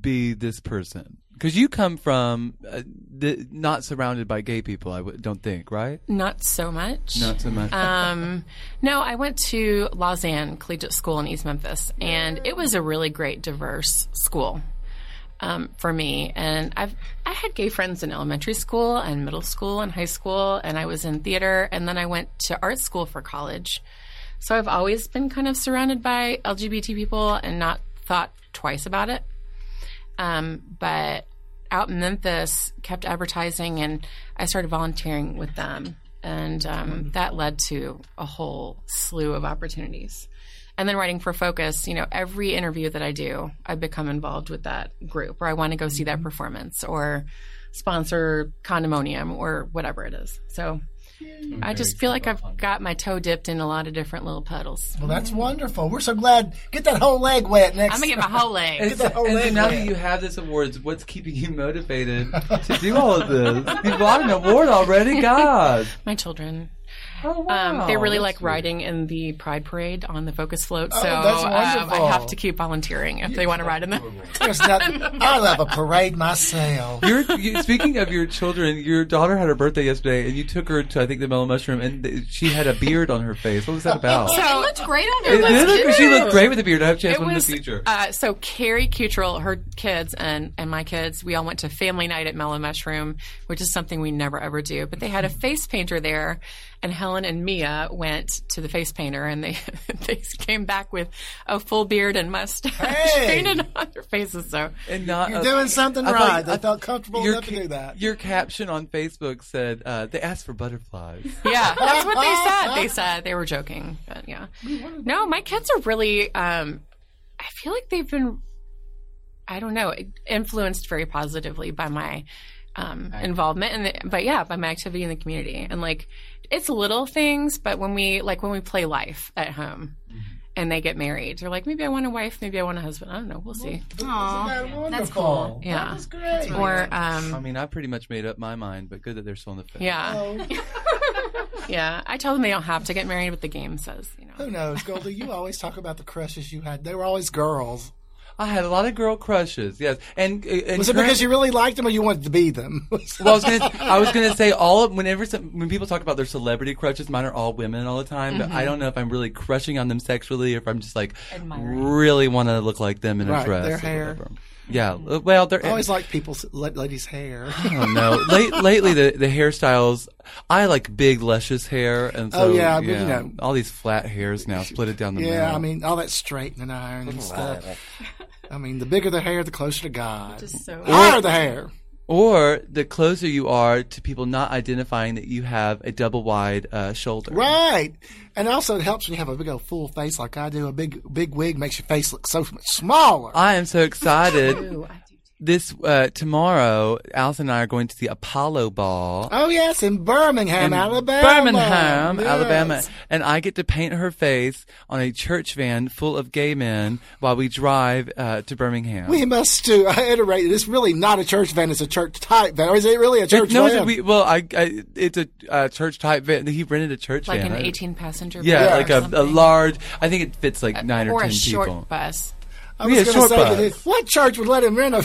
[SPEAKER 3] be this person? Because you come from uh, the, not surrounded by gay people, I w- don't think, right?
[SPEAKER 4] not so much.
[SPEAKER 3] Not so much.
[SPEAKER 4] um, no, I went to Lausanne Collegiate School in East Memphis, and it was a really great, diverse school um, for me. And I've I had gay friends in elementary school and middle school and high school, and I was in theater, and then I went to art school for college. So I've always been kind of surrounded by LGBT people and not thought twice about it. Um, but out in Memphis, kept advertising, and I started volunteering with them, and um, that led to a whole slew of opportunities. And then writing for Focus, you know, every interview that I do, I become involved with that group, or I want to go see that performance, or sponsor Condominium, or whatever it is. So. I just feel like I've got my toe dipped in a lot of different little puddles.
[SPEAKER 2] Well, that's wonderful. We're so glad. Get that whole leg wet next.
[SPEAKER 4] I'm gonna get my whole leg.
[SPEAKER 3] and so,
[SPEAKER 2] that whole
[SPEAKER 3] and so
[SPEAKER 2] leg
[SPEAKER 3] now
[SPEAKER 2] wet.
[SPEAKER 3] that you have this awards, what's keeping you motivated to do all of this? You got an award already, God.
[SPEAKER 4] My children.
[SPEAKER 3] Oh,
[SPEAKER 4] Um,
[SPEAKER 3] wow.
[SPEAKER 4] they really
[SPEAKER 3] That's
[SPEAKER 4] like
[SPEAKER 3] sweet.
[SPEAKER 4] riding in the Pride Parade on the Focus float, so
[SPEAKER 2] that's
[SPEAKER 4] um,
[SPEAKER 2] wonderful.
[SPEAKER 4] I have to keep volunteering if they want to ride in them.
[SPEAKER 2] There's nothing. I love a parade myself.
[SPEAKER 3] Your, you, speaking of your children, your daughter had her birthday yesterday, and you took her to I think the Mellow Mushroom, and th- she had a beard on her face. What was that about?
[SPEAKER 4] So
[SPEAKER 1] great on
[SPEAKER 3] It did look- she
[SPEAKER 4] cute.
[SPEAKER 3] looked great with a beard. I hope she has
[SPEAKER 4] it
[SPEAKER 3] one
[SPEAKER 4] was
[SPEAKER 3] in the future.
[SPEAKER 4] uh, so Carrie Cutrell, her kids, and and my kids. We all went to family night at Mellow Mushroom, which is something we never ever do. But they had a face painter there, and Helen and Mia went to the face painter, and they they came back with a full beard and mustache
[SPEAKER 2] Hey!
[SPEAKER 4] painted on their faces. So
[SPEAKER 3] and not
[SPEAKER 2] You're
[SPEAKER 3] a-
[SPEAKER 2] doing something
[SPEAKER 3] I thought-
[SPEAKER 2] right.
[SPEAKER 3] I-
[SPEAKER 2] they felt comfortable
[SPEAKER 3] your
[SPEAKER 2] enough to
[SPEAKER 3] ca-
[SPEAKER 2] do that.
[SPEAKER 3] Your caption on Facebook said uh, they asked for butterflies.
[SPEAKER 4] Yeah, that's what they said. They said they were joking, but yeah. No, my kids are really. Um, I feel like they've been, I don't know, influenced very positively by my um, involvement and the, but yeah, by my activity in the community and like it's little things, but when we like when we play life at home. And they get married. They're like, maybe I want a wife, maybe I want a husband. I don't know. We'll see.
[SPEAKER 2] Isn't that
[SPEAKER 1] that's
[SPEAKER 2] wonderful?
[SPEAKER 1] cool.
[SPEAKER 4] Yeah.
[SPEAKER 2] That was great.
[SPEAKER 4] Or,
[SPEAKER 3] I
[SPEAKER 4] um,
[SPEAKER 3] mean, I pretty much made up my mind, but good that they're still in the film.
[SPEAKER 4] yeah,
[SPEAKER 2] Oh,
[SPEAKER 4] yeah. I tell them they don't have to get married, but the game says, you know.
[SPEAKER 2] who knows, Goldie? You always talk about the crushes you had. They were always girls.
[SPEAKER 3] I had a lot of girl crushes. Yes, and, uh, and
[SPEAKER 2] Was it
[SPEAKER 3] current-
[SPEAKER 2] because you really liked them or you wanted to be them?
[SPEAKER 3] Well, I was gonna, I was gonna say all of, whenever some, when people talk about their celebrity crushes, mine are all women all the time. But
[SPEAKER 2] Mm-hmm.
[SPEAKER 3] I don't know if I'm really crushing on them sexually, or if I'm just like really want to look like them in
[SPEAKER 2] Right,
[SPEAKER 3] a dress.
[SPEAKER 2] their
[SPEAKER 3] or
[SPEAKER 2] hair. Mm-hmm.
[SPEAKER 3] whatever. Yeah. uh, Well, they're
[SPEAKER 2] I always like people's la- ladies' hair.
[SPEAKER 3] I don't know. Late, lately, the, the hairstyles. I like big, luscious hair, and so
[SPEAKER 2] Oh, yeah, but, you know.
[SPEAKER 3] all these flat hairs now, split it down the middle.
[SPEAKER 2] Yeah, I mean all that straightening iron and stuff. I mean, the bigger the hair, the closer to God.
[SPEAKER 4] Just so-
[SPEAKER 2] Higher the hair.
[SPEAKER 3] or the closer you are to people not identifying that you have a double wide uh, shoulder.
[SPEAKER 2] Right. And also it helps when you have a big old full face like I do. A big big wig makes your face look so much smaller.
[SPEAKER 3] I am so excited. this uh, tomorrow, Allison and I are going to the Apollo Ball.
[SPEAKER 2] oh yes, in Birmingham, Alabama.
[SPEAKER 3] Birmingham,
[SPEAKER 2] Oh, Yes.
[SPEAKER 3] Alabama, and I get to paint her face on a church van full of gay men while we drive uh, to Birmingham.
[SPEAKER 2] We must do. I iterate. It's really not a church van. It's a church type van. Or is it really a church
[SPEAKER 3] It- no,
[SPEAKER 2] van?
[SPEAKER 3] it's a, we, well, I, I, it's a uh, church type van. He rented a church
[SPEAKER 4] Like
[SPEAKER 3] van.
[SPEAKER 4] an
[SPEAKER 3] I-
[SPEAKER 4] 18 passenger.
[SPEAKER 3] Yeah,
[SPEAKER 4] bus or
[SPEAKER 3] like a, a
[SPEAKER 4] something.
[SPEAKER 3] large. I think it fits like nine or,
[SPEAKER 4] or
[SPEAKER 3] ten
[SPEAKER 4] a short
[SPEAKER 3] people.
[SPEAKER 4] bus,
[SPEAKER 2] I
[SPEAKER 3] yeah,
[SPEAKER 2] was going to
[SPEAKER 3] short
[SPEAKER 2] say,
[SPEAKER 3] bus.
[SPEAKER 2] that it- what church would let him rent a?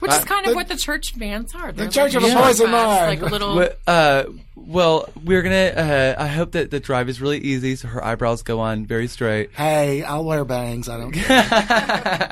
[SPEAKER 4] which is kind of what the church vans are. They're
[SPEAKER 2] church of
[SPEAKER 4] like a
[SPEAKER 2] Uh, the
[SPEAKER 4] short
[SPEAKER 2] boys in
[SPEAKER 4] bus,
[SPEAKER 2] mine.
[SPEAKER 4] like a little.
[SPEAKER 3] Well, uh, well, we're gonna. Uh, I hope that the drive is really easy, so her eyebrows go on very straight.
[SPEAKER 2] hey, I'll wear bangs. I don't. care.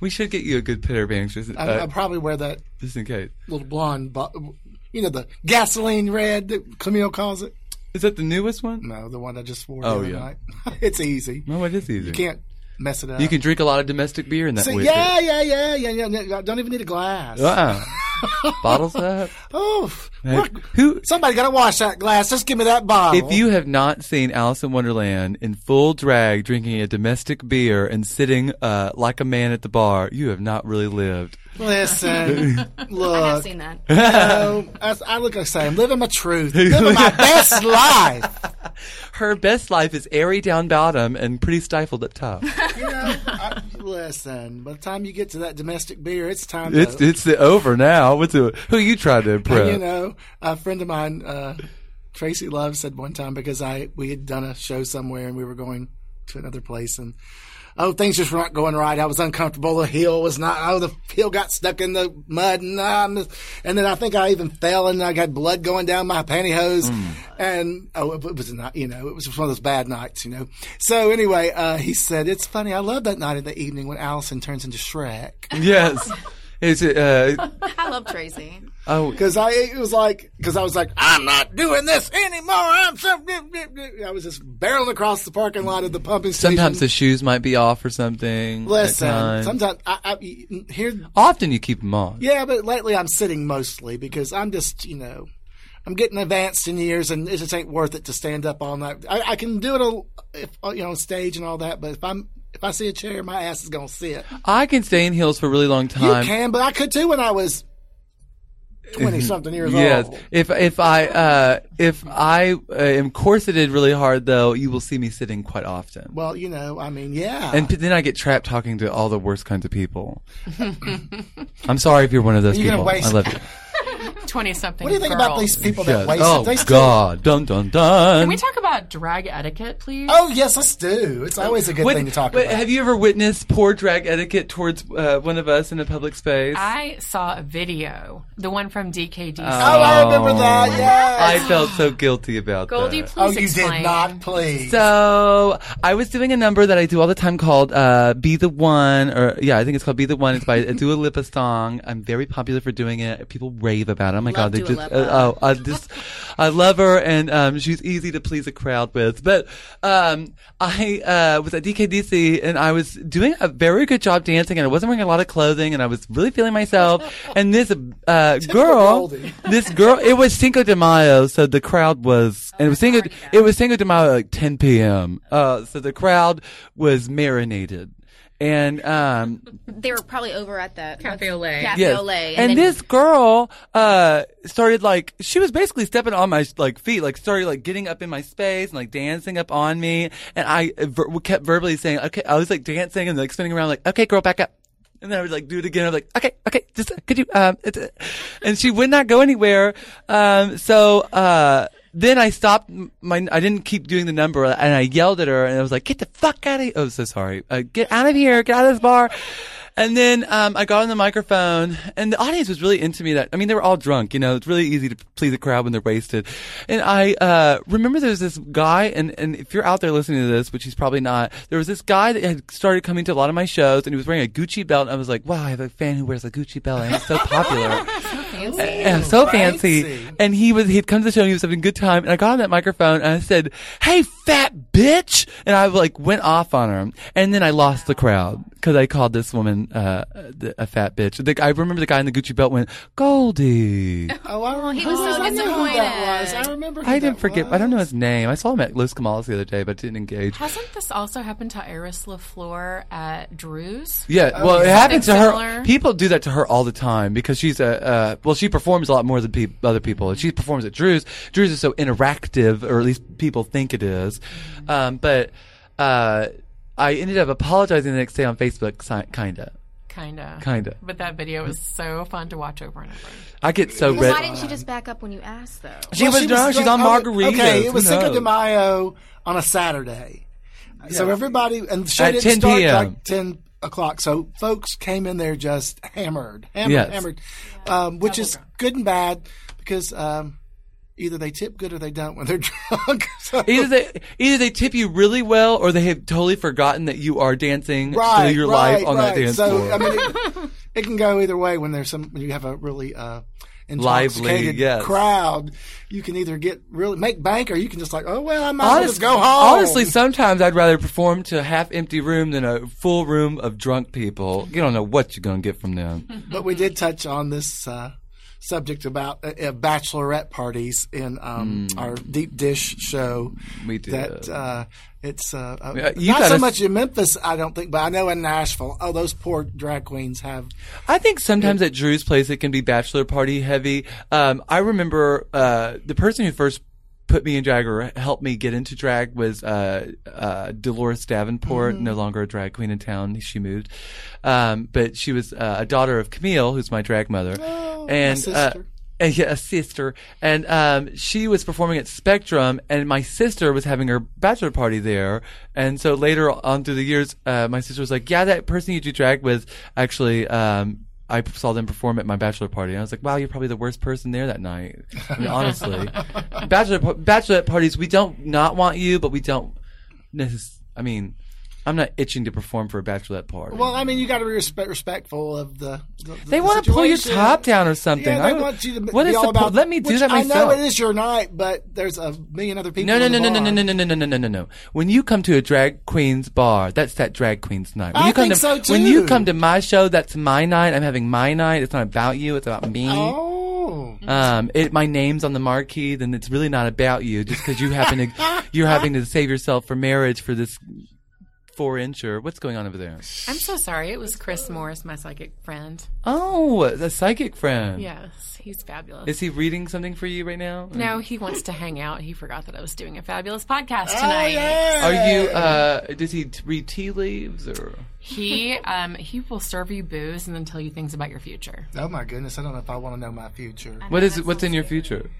[SPEAKER 3] We should get you a good pair of bangs just,
[SPEAKER 2] I,
[SPEAKER 3] uh,
[SPEAKER 2] I'll probably wear that
[SPEAKER 3] just in case.
[SPEAKER 2] little blonde, bo- you know, the gasoline red that Camille calls it.
[SPEAKER 3] Is that the newest one?
[SPEAKER 2] No, the one I just wore. the
[SPEAKER 3] Oh,
[SPEAKER 2] other
[SPEAKER 3] yeah.
[SPEAKER 2] night. it's easy.
[SPEAKER 3] No, it is easy.
[SPEAKER 2] You can't uh, mess it up.
[SPEAKER 3] You can drink a lot of domestic beer in that
[SPEAKER 2] See,
[SPEAKER 3] way.
[SPEAKER 2] yeah, yeah, yeah, yeah, yeah, yeah. Don't even need a glass.
[SPEAKER 3] Uh-uh. Bottles up.
[SPEAKER 2] Oof.
[SPEAKER 3] Hey,
[SPEAKER 2] Look,
[SPEAKER 3] Who?
[SPEAKER 2] somebody got to wash that glass. Just give me that bottle.
[SPEAKER 3] If you have not seen Alice in Wonderland in full drag drinking a domestic beer and sitting uh, like a man at the bar, you have not really lived.
[SPEAKER 2] listen,
[SPEAKER 1] I have
[SPEAKER 2] look,
[SPEAKER 1] seen that.
[SPEAKER 2] um, as I look like I say, I'm living my truth, living my best life.
[SPEAKER 3] Her best life is airy down bottom and pretty stifled up top.
[SPEAKER 2] You know, I, listen. By the time you get to that domestic beer, it's time.
[SPEAKER 3] It's
[SPEAKER 2] to,
[SPEAKER 3] it's over now. What's the, who you trying to impress?
[SPEAKER 2] you know, a friend of mine, uh, Tracy Love, said one time because I we had done a show somewhere and we were going to another place and oh things just weren't going right. I was uncomfortable. The hill was not. Oh, the hill got stuck in the mud and um, and then I think I even fell and I got blood going down my pantyhose and oh it, it was not you know it was one of those bad nights you know. So anyway, uh, he said it's funny. I love that night in the evening when Allison turns into Shrek.
[SPEAKER 3] Yes. Is it? Uh,
[SPEAKER 1] I love Tracy.
[SPEAKER 3] oh,
[SPEAKER 2] Because I it was like because I was like I'm not doing this anymore. I'm so I was just barreling across the parking lot of the pumping station.
[SPEAKER 3] sometimes the shoes might be off or something. at
[SPEAKER 2] listen.
[SPEAKER 3] times.
[SPEAKER 2] Sometimes I, I here
[SPEAKER 3] often you keep them on.
[SPEAKER 2] yeah, but lately I'm sitting mostly because I'm just you know I'm getting advanced in years and it just ain't worth it to stand up all night. I, I can do it a, if, uh, you know on stage and all that, but if I'm if I see a chair, my ass is gonna sit.
[SPEAKER 3] I can stay in heels for a really long
[SPEAKER 2] You
[SPEAKER 3] time.
[SPEAKER 2] can, but I could too when I was twenty something years
[SPEAKER 3] Yes.
[SPEAKER 2] old.
[SPEAKER 3] If if I uh, if I uh, am corseted really hard though, you will see me sitting quite often.
[SPEAKER 2] Well, you know, I mean, yeah.
[SPEAKER 3] and p- then I get trapped talking to all the worst kinds of people. I'm sorry if you're one of those
[SPEAKER 2] You're gonna
[SPEAKER 3] people.
[SPEAKER 2] waste-
[SPEAKER 3] I love you.
[SPEAKER 4] 20 something.
[SPEAKER 2] What do you think about these people that
[SPEAKER 3] Yes.
[SPEAKER 2] waste?
[SPEAKER 3] Oh
[SPEAKER 2] they still-
[SPEAKER 3] God! Dun dun dun.
[SPEAKER 4] Can we talk about drag etiquette, please?
[SPEAKER 2] Oh yes, let's do. It's always a good
[SPEAKER 3] What-
[SPEAKER 2] thing to talk
[SPEAKER 3] what-
[SPEAKER 2] about.
[SPEAKER 3] Have you ever witnessed poor drag etiquette towards uh, one of us in a public space?
[SPEAKER 4] I saw a video, the one from DKDC.
[SPEAKER 2] oh, I remember that. Yes.
[SPEAKER 3] I felt so guilty about
[SPEAKER 4] Goldie,
[SPEAKER 3] that.
[SPEAKER 4] please
[SPEAKER 2] oh, you
[SPEAKER 4] explain.
[SPEAKER 2] did not, please.
[SPEAKER 3] So I was doing a number that I do all the time called uh, "Be the One," or yeah, I think it's called "Be the One." It's by a Dua Lipa song. I'm very popular for doing it. People rave about it. Oh my
[SPEAKER 1] Love
[SPEAKER 3] god, they
[SPEAKER 1] Dua
[SPEAKER 3] just
[SPEAKER 1] Lipa.
[SPEAKER 3] uh, oh, I just I love her, and um, she's easy to please a crowd with. But um, I uh, was at DKDC, and I was doing a very good job dancing, and I wasn't wearing a lot of clothing, and I was really feeling myself. And this uh, girl,
[SPEAKER 2] Goldie.
[SPEAKER 3] this girl, it was Cinco de Mayo, so the crowd was, and it was Cinco, it was Cinco de Mayo at like 10 p.m. Uh, so the crowd was marinated. And um,
[SPEAKER 1] They were probably over at that
[SPEAKER 4] Cafe au lait.
[SPEAKER 1] Cafe
[SPEAKER 3] yes.
[SPEAKER 1] au lait,
[SPEAKER 3] and
[SPEAKER 1] then-
[SPEAKER 3] this girl uh, started like she was basically stepping on my like feet, like started like getting up in my space and like dancing up on me, and I ver- kept verbally saying, "Okay," I was like dancing and like spinning around, like, "Okay, girl, back up." And then I would like do it again. I'm like, okay, okay, just could you? Um, it's, uh," and she would not go anywhere. Um, so uh, then I stopped m- my. I didn't keep doing the number, and I yelled at her, and I was like, "Get the fuck out of here!" Oh, so sorry. Uh, get out of here! Get out of this bar! And then um, I got on the microphone, and the audience was really into me. That I mean, they were all drunk. You know, it's really easy to please a crowd when they're wasted. And I uh, remember there was this guy, and, and if you're out there listening to this, which he's probably not, there was this guy that had started coming to a lot of my shows, and he was wearing a Gucci belt. And I was like, wow, I have a fan who wears a Gucci belt. I'm so popular. And I'm so fancy. And he was he'd come to the show and he was having a good time. And I got on that microphone and I said, "Hey, fat bitch!" And I like went off on her. And then I lost the crowd because I called this woman uh, the- a fat bitch. The, I remember the guy in the Gucci belt went, "Goldie."
[SPEAKER 2] oh, I remember.
[SPEAKER 1] he was so
[SPEAKER 2] I knew who that was.
[SPEAKER 1] disappointed.
[SPEAKER 2] I remember. Who
[SPEAKER 3] I didn't
[SPEAKER 2] that
[SPEAKER 3] forget.
[SPEAKER 2] Was.
[SPEAKER 3] I don't know his name. I saw him at Los Camales the other day, but didn't engage.
[SPEAKER 4] Hasn't this also happened to Iris LaFleur at Drew's?
[SPEAKER 3] Yeah, well, it happens to her.
[SPEAKER 4] similar.
[SPEAKER 3] People do that to her all the time because she's a uh, well, she performs a lot more than peop other people. And She performs at Drew's. Drew's is so interactive, or at least people think it is. Um, but uh, I ended up apologizing the next day on Facebook, si- kinda,
[SPEAKER 4] Kinda.
[SPEAKER 3] kinda.
[SPEAKER 4] But that video was so fun to watch over and over.
[SPEAKER 3] I get so
[SPEAKER 1] Well,
[SPEAKER 3] red.
[SPEAKER 1] why didn't she just back up when you asked, though?
[SPEAKER 3] she
[SPEAKER 2] Well,
[SPEAKER 3] was, no, she's on
[SPEAKER 2] drunk- oh,
[SPEAKER 3] margaritas.
[SPEAKER 2] Okay, it was
[SPEAKER 3] Who
[SPEAKER 2] Cinco de
[SPEAKER 3] knows?
[SPEAKER 2] Mayo on a Saturday, so everybody and the show
[SPEAKER 3] At
[SPEAKER 2] didn't
[SPEAKER 3] 10
[SPEAKER 2] start
[SPEAKER 3] p.m..
[SPEAKER 2] like ten o'clock. So folks came in there just hammered, hammered,
[SPEAKER 3] Yes.
[SPEAKER 2] hammered, um, which is good and bad because um, either they tip good or they don't when they're drunk. So-
[SPEAKER 3] Either they either they tip you really well, or they have totally forgotten that you are dancing
[SPEAKER 2] right,
[SPEAKER 3] through your
[SPEAKER 2] right,
[SPEAKER 3] life on
[SPEAKER 2] right.
[SPEAKER 3] that dance
[SPEAKER 2] so,
[SPEAKER 3] floor.
[SPEAKER 2] I mean, it, it can go either way when there's some when you have a really uh, intoxicated
[SPEAKER 3] Lively, yes.
[SPEAKER 2] crowd, you can either get really make bank or you can just like, oh well, I might as well just
[SPEAKER 3] Honest-
[SPEAKER 2] go home.
[SPEAKER 3] Honestly, sometimes I'd rather perform to a half empty room than a full room of drunk people. You don't know what you're going to get from them.
[SPEAKER 2] but we did touch on this uh, subject about uh, uh, bachelorette parties in um,
[SPEAKER 3] Mm.
[SPEAKER 2] our deep dish show.
[SPEAKER 3] We did.
[SPEAKER 2] that. Uh, it's uh, uh,
[SPEAKER 3] Yeah, you
[SPEAKER 2] not
[SPEAKER 3] gotta
[SPEAKER 2] so
[SPEAKER 3] s-
[SPEAKER 2] much in Memphis, I don't think, but I know in Nashville. Oh, those poor drag queens have.
[SPEAKER 3] I think sometimes at Drew's place it can be bachelor party heavy. Um, I remember uh, the person who first put me in drag or helped me get into drag was uh, uh, Dolores Davenport,
[SPEAKER 2] Mm-hmm.
[SPEAKER 3] no longer a drag queen in town. She moved, um, but she was uh, a daughter of Camille, who's my drag mother, and
[SPEAKER 2] Oh, my
[SPEAKER 3] uh,
[SPEAKER 2] sister.
[SPEAKER 3] and yeah, a sister, and um, she was performing at Spectrum, and my sister was having her bachelor party there. And so later on through the years, uh, my sister was like, "Yeah, that person you do drag with, actually, um, I saw them perform at my bachelor party." And I was like, "Wow, you're probably the worst person there that night." I mean, honestly, bachelor par- bachelorette parties, we don't not want you, but we don't. Necess- I mean, I'm not itching to perform for a bachelorette party.
[SPEAKER 2] Well, I mean, you got to be respect, respectful of the. the
[SPEAKER 3] They wanna pull your top down or something.
[SPEAKER 2] Yeah,
[SPEAKER 3] I
[SPEAKER 2] they
[SPEAKER 3] don't-
[SPEAKER 2] want you to be
[SPEAKER 3] what is
[SPEAKER 2] all
[SPEAKER 3] the po-
[SPEAKER 2] about.
[SPEAKER 3] let me do
[SPEAKER 2] which
[SPEAKER 3] that
[SPEAKER 2] I
[SPEAKER 3] myself.
[SPEAKER 2] know it is your night, but there's a million other people.
[SPEAKER 3] No, no,
[SPEAKER 2] in
[SPEAKER 3] no,
[SPEAKER 2] the
[SPEAKER 3] no, no,
[SPEAKER 2] bar.
[SPEAKER 3] no, no, no, no, no, no, no, no, no. When you come to a drag queen's bar, that's that drag queen's night. When
[SPEAKER 2] I
[SPEAKER 3] you come
[SPEAKER 2] think
[SPEAKER 3] to,
[SPEAKER 2] so,
[SPEAKER 3] When you
[SPEAKER 2] too.
[SPEAKER 3] come to my show, that's my night. I'm having my night. It's not about you. It's about me.
[SPEAKER 2] Oh,
[SPEAKER 3] Um, it, my name's on the marquee, then it's really not about you. Just because you happen to, you're having to save yourself for marriage for this four incher. What's going on over there?
[SPEAKER 4] I'm so sorry. It was Chris Morris, my psychic friend.
[SPEAKER 3] Oh, the psychic friend.
[SPEAKER 4] Yes, he's fabulous.
[SPEAKER 3] Is he reading something for you right now?
[SPEAKER 4] no, he wants to hang out. He forgot that I was doing a fabulous podcast
[SPEAKER 2] Oh,
[SPEAKER 4] tonight.
[SPEAKER 3] Are you? Uh, does he t- read tea leaves or?
[SPEAKER 4] He um, he will serve you booze and then tell you things about your future.
[SPEAKER 2] oh my goodness! I don't know if I want to know my future.
[SPEAKER 3] What is? What's in your future?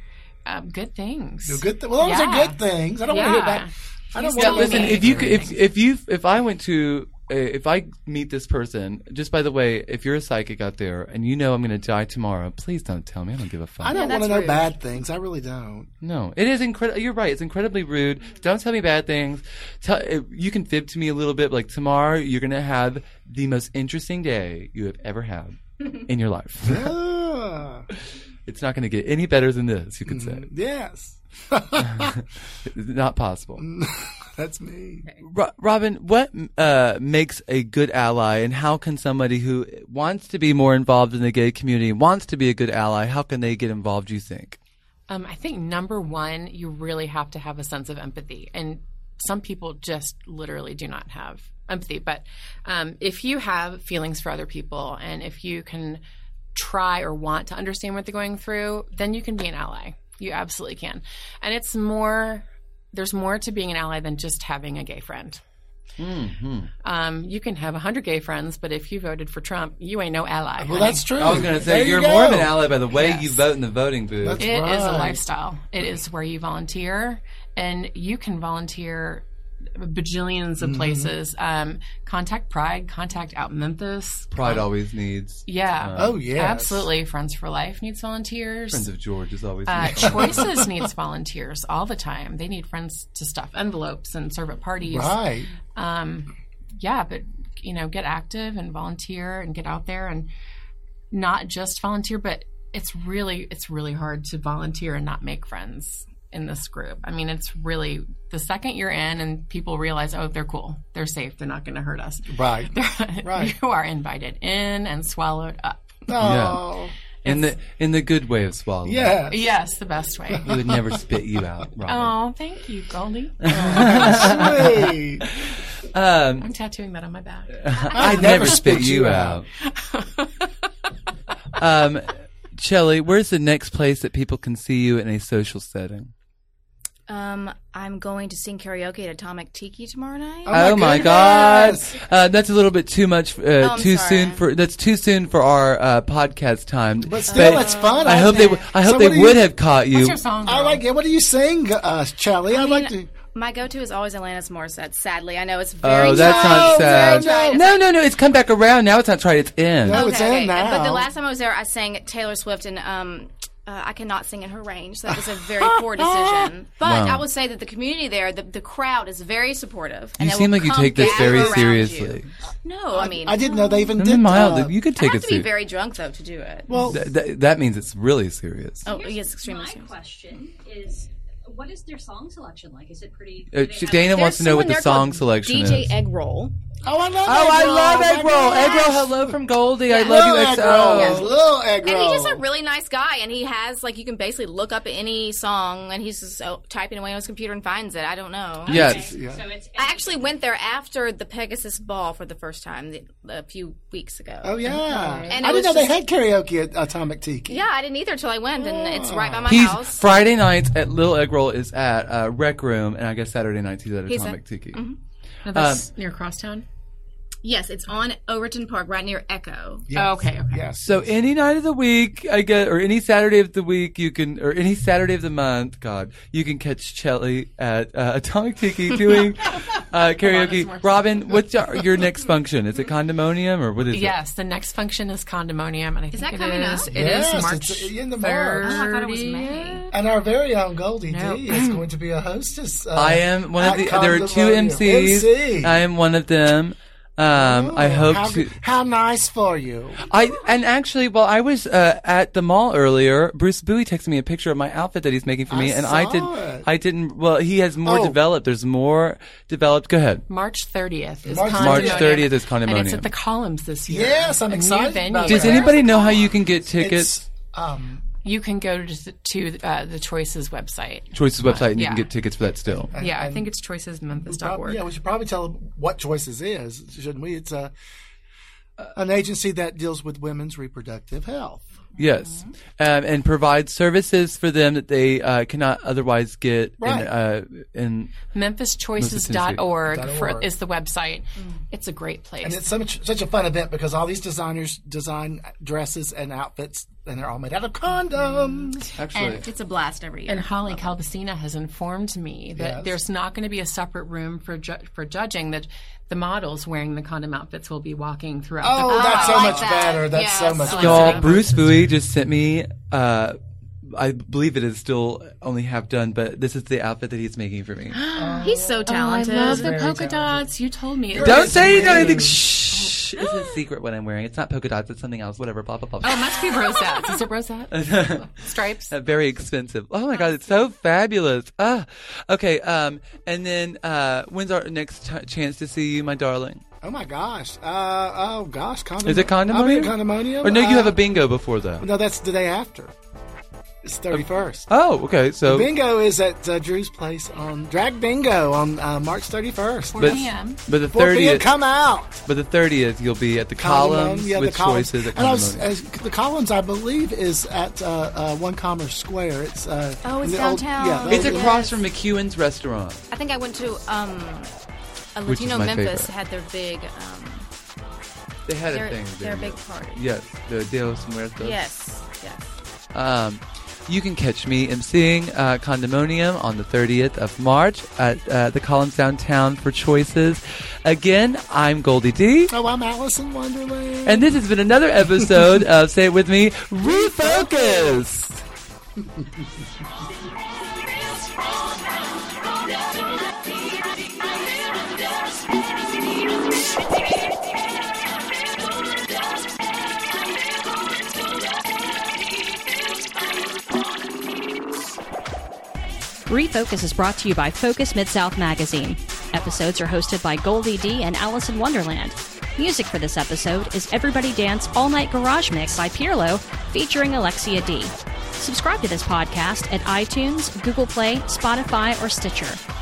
[SPEAKER 4] Um, good things.
[SPEAKER 2] Good th- well, those
[SPEAKER 4] Yeah.
[SPEAKER 2] are good things. I don't want to hear
[SPEAKER 4] yeah.
[SPEAKER 2] back. I don't
[SPEAKER 4] Yeah,
[SPEAKER 2] want to
[SPEAKER 3] Listen,
[SPEAKER 4] Okay.
[SPEAKER 3] if you could, if if you if I went to uh, if I meet this person, just by the way, if you're a psychic out there and you know I'm going to die tomorrow, please don't tell me. I don't give a fuck.
[SPEAKER 2] I don't
[SPEAKER 1] that's
[SPEAKER 2] want to know
[SPEAKER 1] rude.
[SPEAKER 2] bad things. I really don't.
[SPEAKER 3] No, it is incredible. You're right. It's incredibly rude. Don't tell me bad things. Tell uh, you can fib to me a little bit. but, Like tomorrow, you're going to have the most interesting day you have ever had in your life.
[SPEAKER 2] Ah,
[SPEAKER 3] it's not going to get any better than this. You could
[SPEAKER 2] Mm-hmm.
[SPEAKER 3] say
[SPEAKER 2] yes,
[SPEAKER 3] It's not possible.
[SPEAKER 2] that's me.
[SPEAKER 3] Ro- Robin, what uh, makes a good ally, and how can somebody who wants to be more involved in the gay community, wants to be a good ally, how can they get involved? You think?
[SPEAKER 4] Um, I think number one, you really have to have a sense of empathy, and some people just literally do not have empathy. But um, if you have feelings for other people, and if you can try or want to understand what they're going through, then you can be an ally. You absolutely can, and it's more. There's more to being an ally than just having a gay friend. Um, you can have hundred gay friends, but if you voted for Trump, you ain't no ally.
[SPEAKER 2] Well,
[SPEAKER 4] honey.
[SPEAKER 2] that's true.
[SPEAKER 3] I was going to say
[SPEAKER 2] There you
[SPEAKER 3] you're
[SPEAKER 2] go.
[SPEAKER 3] more of an ally by the way you vote in the voting booth.
[SPEAKER 2] That's
[SPEAKER 4] It is a
[SPEAKER 2] right.
[SPEAKER 4] lifestyle. It is where you volunteer, and you can volunteer bajillions of places. Um, contact Pride, contact Out Memphis.
[SPEAKER 3] Pride always needs.
[SPEAKER 4] Yeah.
[SPEAKER 2] Oh yeah,
[SPEAKER 4] Absolutely. Friends for Life
[SPEAKER 3] Friends
[SPEAKER 4] needs volunteers.
[SPEAKER 3] of George is always.
[SPEAKER 4] Uh,
[SPEAKER 3] needs.
[SPEAKER 4] Choices needs volunteers all the time. They need friends to stuff envelopes and serve at parties.
[SPEAKER 2] Right.
[SPEAKER 4] Um, yeah, but you know, get active and volunteer and get out there and not just volunteer, but it's really it's really hard to volunteer and not make friends in this group. I mean, it's really the second you're in and people realize, oh, they're cool, they're safe, they're not going to hurt us.
[SPEAKER 2] Right. Right.
[SPEAKER 4] you are invited in and swallowed up.
[SPEAKER 2] Oh.
[SPEAKER 3] in the in the good way of swallowing.
[SPEAKER 2] Yeah.
[SPEAKER 4] Yes, the best way.
[SPEAKER 3] we would never spit you out, Robin.
[SPEAKER 4] oh, thank you, Goldie.
[SPEAKER 2] Sweet.
[SPEAKER 3] Um,
[SPEAKER 4] I'm tattooing that on my back.
[SPEAKER 3] I never spit you out. um, Shelley, where's the next place that people can see you in a social setting?
[SPEAKER 1] Um, I'm going to sing karaoke at Atomic Tiki tomorrow night.
[SPEAKER 3] Oh,
[SPEAKER 2] my
[SPEAKER 3] my God!
[SPEAKER 2] goodness.
[SPEAKER 3] Uh, that's a little bit too much. Uh,
[SPEAKER 1] I'm
[SPEAKER 3] too
[SPEAKER 1] sorry.
[SPEAKER 3] soon for that's too soon for our uh, podcast time.
[SPEAKER 2] But still, it's fun.
[SPEAKER 3] I hope they w- I
[SPEAKER 2] So
[SPEAKER 3] hope
[SPEAKER 2] what
[SPEAKER 3] they
[SPEAKER 2] do
[SPEAKER 3] would
[SPEAKER 2] you-
[SPEAKER 3] have caught you.
[SPEAKER 4] What's your song?
[SPEAKER 2] I
[SPEAKER 4] girl?
[SPEAKER 2] like it. What do you sing, uh, Charlie? I, like to.
[SPEAKER 1] My go-to is always Alanis Morissette. Sadly, I know it's very
[SPEAKER 3] Oh, that's not
[SPEAKER 2] No,
[SPEAKER 3] sad.
[SPEAKER 2] no, Oh,
[SPEAKER 3] No, no, no. It's come back around. Now it's not tried. It's in.
[SPEAKER 2] No, it's in now.
[SPEAKER 1] But the last time I was there, I sang Taylor Swift and um, uh, I cannot sing in her range, so that was a very poor decision. But I would say that the community there, the, the crowd is very supportive.
[SPEAKER 3] You
[SPEAKER 1] they
[SPEAKER 3] seem
[SPEAKER 1] will
[SPEAKER 3] like you
[SPEAKER 1] come
[SPEAKER 3] take this
[SPEAKER 1] gather
[SPEAKER 3] very
[SPEAKER 1] around
[SPEAKER 3] seriously.
[SPEAKER 1] you. No, I mean,
[SPEAKER 2] I didn't know they even
[SPEAKER 3] I
[SPEAKER 2] did.
[SPEAKER 3] mean, mild.
[SPEAKER 2] uh,
[SPEAKER 3] you could
[SPEAKER 1] You
[SPEAKER 3] take
[SPEAKER 1] have to
[SPEAKER 3] it
[SPEAKER 1] be
[SPEAKER 3] serious.
[SPEAKER 1] very drunk though to do it.
[SPEAKER 2] well,
[SPEAKER 3] Th- th- that means it's really serious.
[SPEAKER 1] oh, yes, extremely.
[SPEAKER 7] My
[SPEAKER 1] serious.
[SPEAKER 7] question is, what is their song selection like? Is it pretty?
[SPEAKER 3] Uh,
[SPEAKER 7] do they
[SPEAKER 3] she-
[SPEAKER 7] have-
[SPEAKER 3] Dana wants to know
[SPEAKER 1] someone
[SPEAKER 3] what the
[SPEAKER 1] there
[SPEAKER 3] song
[SPEAKER 1] called
[SPEAKER 3] selection
[SPEAKER 1] DJ
[SPEAKER 3] is.
[SPEAKER 1] Eggroll.
[SPEAKER 2] oh, I love.
[SPEAKER 3] Oh, I
[SPEAKER 2] egg
[SPEAKER 3] love egg
[SPEAKER 2] roll.
[SPEAKER 3] roll. Egg roll, hello from Goldie. I love you,
[SPEAKER 2] Little egg rolls.
[SPEAKER 3] XO.
[SPEAKER 2] Little egg
[SPEAKER 1] And
[SPEAKER 2] roll.
[SPEAKER 1] he's just a really nice guy, and he has like you can basically look up any song, and he's just oh, typing away on his computer and finds it. I don't know.
[SPEAKER 3] Yes.
[SPEAKER 7] Okay, So it's
[SPEAKER 1] I actually went there after the Pegasus Ball for the first time the, a few weeks ago.
[SPEAKER 2] Oh yeah,
[SPEAKER 1] And
[SPEAKER 2] I
[SPEAKER 1] it
[SPEAKER 2] didn't
[SPEAKER 1] was
[SPEAKER 2] know they
[SPEAKER 1] just-
[SPEAKER 2] had karaoke at Atomic Tiki.
[SPEAKER 1] Yeah, I didn't either till I went, and it's right by my
[SPEAKER 3] He's
[SPEAKER 1] house.
[SPEAKER 3] Friday nights at Little Egg Roll is at uh, Rec Room, and I guess Saturday nights he's at
[SPEAKER 1] He's at- mm-hmm.
[SPEAKER 3] Atomic Tiki.
[SPEAKER 4] Now that's near Crosstown.
[SPEAKER 1] yes, it's on Overton Park, right near Echo.
[SPEAKER 4] Oh, okay, okay.
[SPEAKER 2] Yes.
[SPEAKER 3] So any night of the week, I guess, or any Saturday of the week, you can, or any Saturday of the month, God, you can catch Chelly at uh, Atomic Tiki doing uh, karaoke. Robin, what's your, your next function? Is it Condominium or what is it?
[SPEAKER 4] Yes, the next function is Condominium, and I think
[SPEAKER 1] that
[SPEAKER 4] it
[SPEAKER 1] coming
[SPEAKER 4] is.
[SPEAKER 1] up?
[SPEAKER 4] It is
[SPEAKER 2] Yes, it's
[SPEAKER 4] March
[SPEAKER 2] in the March.
[SPEAKER 1] Oh, I thought it was May.
[SPEAKER 2] And our very own Goldie
[SPEAKER 4] No.
[SPEAKER 2] D is going to be a hostess. Uh,
[SPEAKER 3] I am one of
[SPEAKER 2] at
[SPEAKER 3] the. There are two
[SPEAKER 2] Condominium.
[SPEAKER 3] MCs.
[SPEAKER 2] MC.
[SPEAKER 3] I am one of them. Um, I hope
[SPEAKER 2] Oh, how,
[SPEAKER 3] to.
[SPEAKER 2] How nice for you.
[SPEAKER 3] I and actually, while I was uh, at the mall earlier, Bruce Bowie texted me a picture of my outfit that he's making for me, and I
[SPEAKER 2] saw
[SPEAKER 3] did.
[SPEAKER 2] it.
[SPEAKER 3] I didn't. Well, he has more
[SPEAKER 2] Oh.
[SPEAKER 3] developed. There's more developed. Go ahead.
[SPEAKER 4] March 30th is
[SPEAKER 2] March
[SPEAKER 4] Condominium.
[SPEAKER 3] 30th is Condominium.
[SPEAKER 4] And it's at the Columns this year.
[SPEAKER 2] Yes, I'm
[SPEAKER 4] A new
[SPEAKER 2] excited
[SPEAKER 4] venue.
[SPEAKER 2] about
[SPEAKER 3] Does
[SPEAKER 2] Where?
[SPEAKER 3] anybody know how you can get tickets?
[SPEAKER 2] It's um,
[SPEAKER 4] You can go to, to uh, the Choices website.
[SPEAKER 3] Choices website, and you
[SPEAKER 4] Yeah.
[SPEAKER 3] can get tickets for that still.
[SPEAKER 2] Mm-hmm.
[SPEAKER 4] yeah, I think it's choicesmemphis.org.
[SPEAKER 2] yeah, we should probably tell them what choices is, shouldn't we? It's a an agency that deals with women's reproductive health.
[SPEAKER 3] Yes, um, and provide services for them that they uh, cannot otherwise get.
[SPEAKER 2] Right.
[SPEAKER 3] In, uh, in
[SPEAKER 4] MemphisChoices.org for,
[SPEAKER 2] .org.
[SPEAKER 4] is the website.
[SPEAKER 1] Mm.
[SPEAKER 4] It's a great place.
[SPEAKER 2] And it's so much, such a fun event because all these designers design dresses and outfits, and they're all made out of condoms.
[SPEAKER 3] actually,
[SPEAKER 1] It's a blast every year.
[SPEAKER 4] And Holly Calvasina has informed me that
[SPEAKER 2] Yes.
[SPEAKER 4] there's not going to be a separate room for ju- for judging. That the models wearing the condom outfits will be walking throughout.
[SPEAKER 2] Oh,
[SPEAKER 4] the-
[SPEAKER 2] that's so
[SPEAKER 1] like
[SPEAKER 2] much
[SPEAKER 1] that.
[SPEAKER 2] better. That's so
[SPEAKER 1] Yes.
[SPEAKER 2] much
[SPEAKER 1] I like
[SPEAKER 2] better.
[SPEAKER 3] Y'all, Bruce Bowie just sent me. Uh, I believe it is still only half done, but this is the outfit that he's making for me.
[SPEAKER 1] He's
[SPEAKER 2] Oh,
[SPEAKER 1] so talented.
[SPEAKER 4] polka dots. You told me.
[SPEAKER 3] Don't say you know anything. Shh. It's a secret what I'm wearing. It's not polka dots. It's something else. Whatever. Blah blah blah.
[SPEAKER 4] Oh, it must be rosettes. Is it rosettes? Stripes.
[SPEAKER 3] Uh, very expensive. Oh my god, it's so fabulous. Ah, okay. Um, and then uh, when's our next t- chance to see you, my darling?
[SPEAKER 2] Oh my gosh. Uh, oh gosh. Condom-
[SPEAKER 3] Is it
[SPEAKER 2] I'll be at
[SPEAKER 3] condominium?
[SPEAKER 2] condominium.
[SPEAKER 3] Or no, you
[SPEAKER 2] Uh,
[SPEAKER 3] have a bingo before though.
[SPEAKER 2] No, that's the day after. It's thirty first.
[SPEAKER 3] Oh, okay. So
[SPEAKER 2] Bingo is at uh, Drew's place on Drag Bingo on uh, March thirty first.
[SPEAKER 3] but,
[SPEAKER 4] p.m.
[SPEAKER 3] but the
[SPEAKER 2] Four p.m.
[SPEAKER 3] thirtieth,
[SPEAKER 2] Come out.
[SPEAKER 3] but the thirtieth, you'll be at the columns
[SPEAKER 2] Condominium,
[SPEAKER 3] with choices at
[SPEAKER 2] And I was-
[SPEAKER 3] condominium.
[SPEAKER 2] uh, the columns, I believe, is at uh, uh, One Commerce Square. It's uh,
[SPEAKER 1] Oh, it's
[SPEAKER 2] in the old-
[SPEAKER 1] downtown.
[SPEAKER 2] yeah, the
[SPEAKER 3] It's
[SPEAKER 2] old-
[SPEAKER 3] across from McEwen's restaurant.
[SPEAKER 1] I think I went to um, a
[SPEAKER 3] Which is
[SPEAKER 1] Latino
[SPEAKER 3] my
[SPEAKER 1] Memphis
[SPEAKER 3] favorite.
[SPEAKER 1] had their big um,
[SPEAKER 3] They had a
[SPEAKER 1] their,
[SPEAKER 3] thing.
[SPEAKER 1] their
[SPEAKER 3] didn't
[SPEAKER 1] big
[SPEAKER 3] they?
[SPEAKER 1] party.
[SPEAKER 3] Yes, the Dios Muertos.
[SPEAKER 1] Yes, yes.
[SPEAKER 3] Um, you can catch me emceeing uh, Condominium on the 30th of March at uh, the Columns Downtown for Choices. Again, I'm Goldie D.
[SPEAKER 2] Oh, I'm Alice in Wonderland.
[SPEAKER 3] And this has been another episode of Say It With Me Refocus.
[SPEAKER 8] Refocus is brought to you by Focus Mid South Magazine. Episodes are hosted by Goldie D and Alice in Wonderland. Music for this episode is Everybody Dance All Night Garage Mix by Pierlo, featuring Alexia D. Subscribe to this podcast at iTunes, Google Play, Spotify, or Stitcher.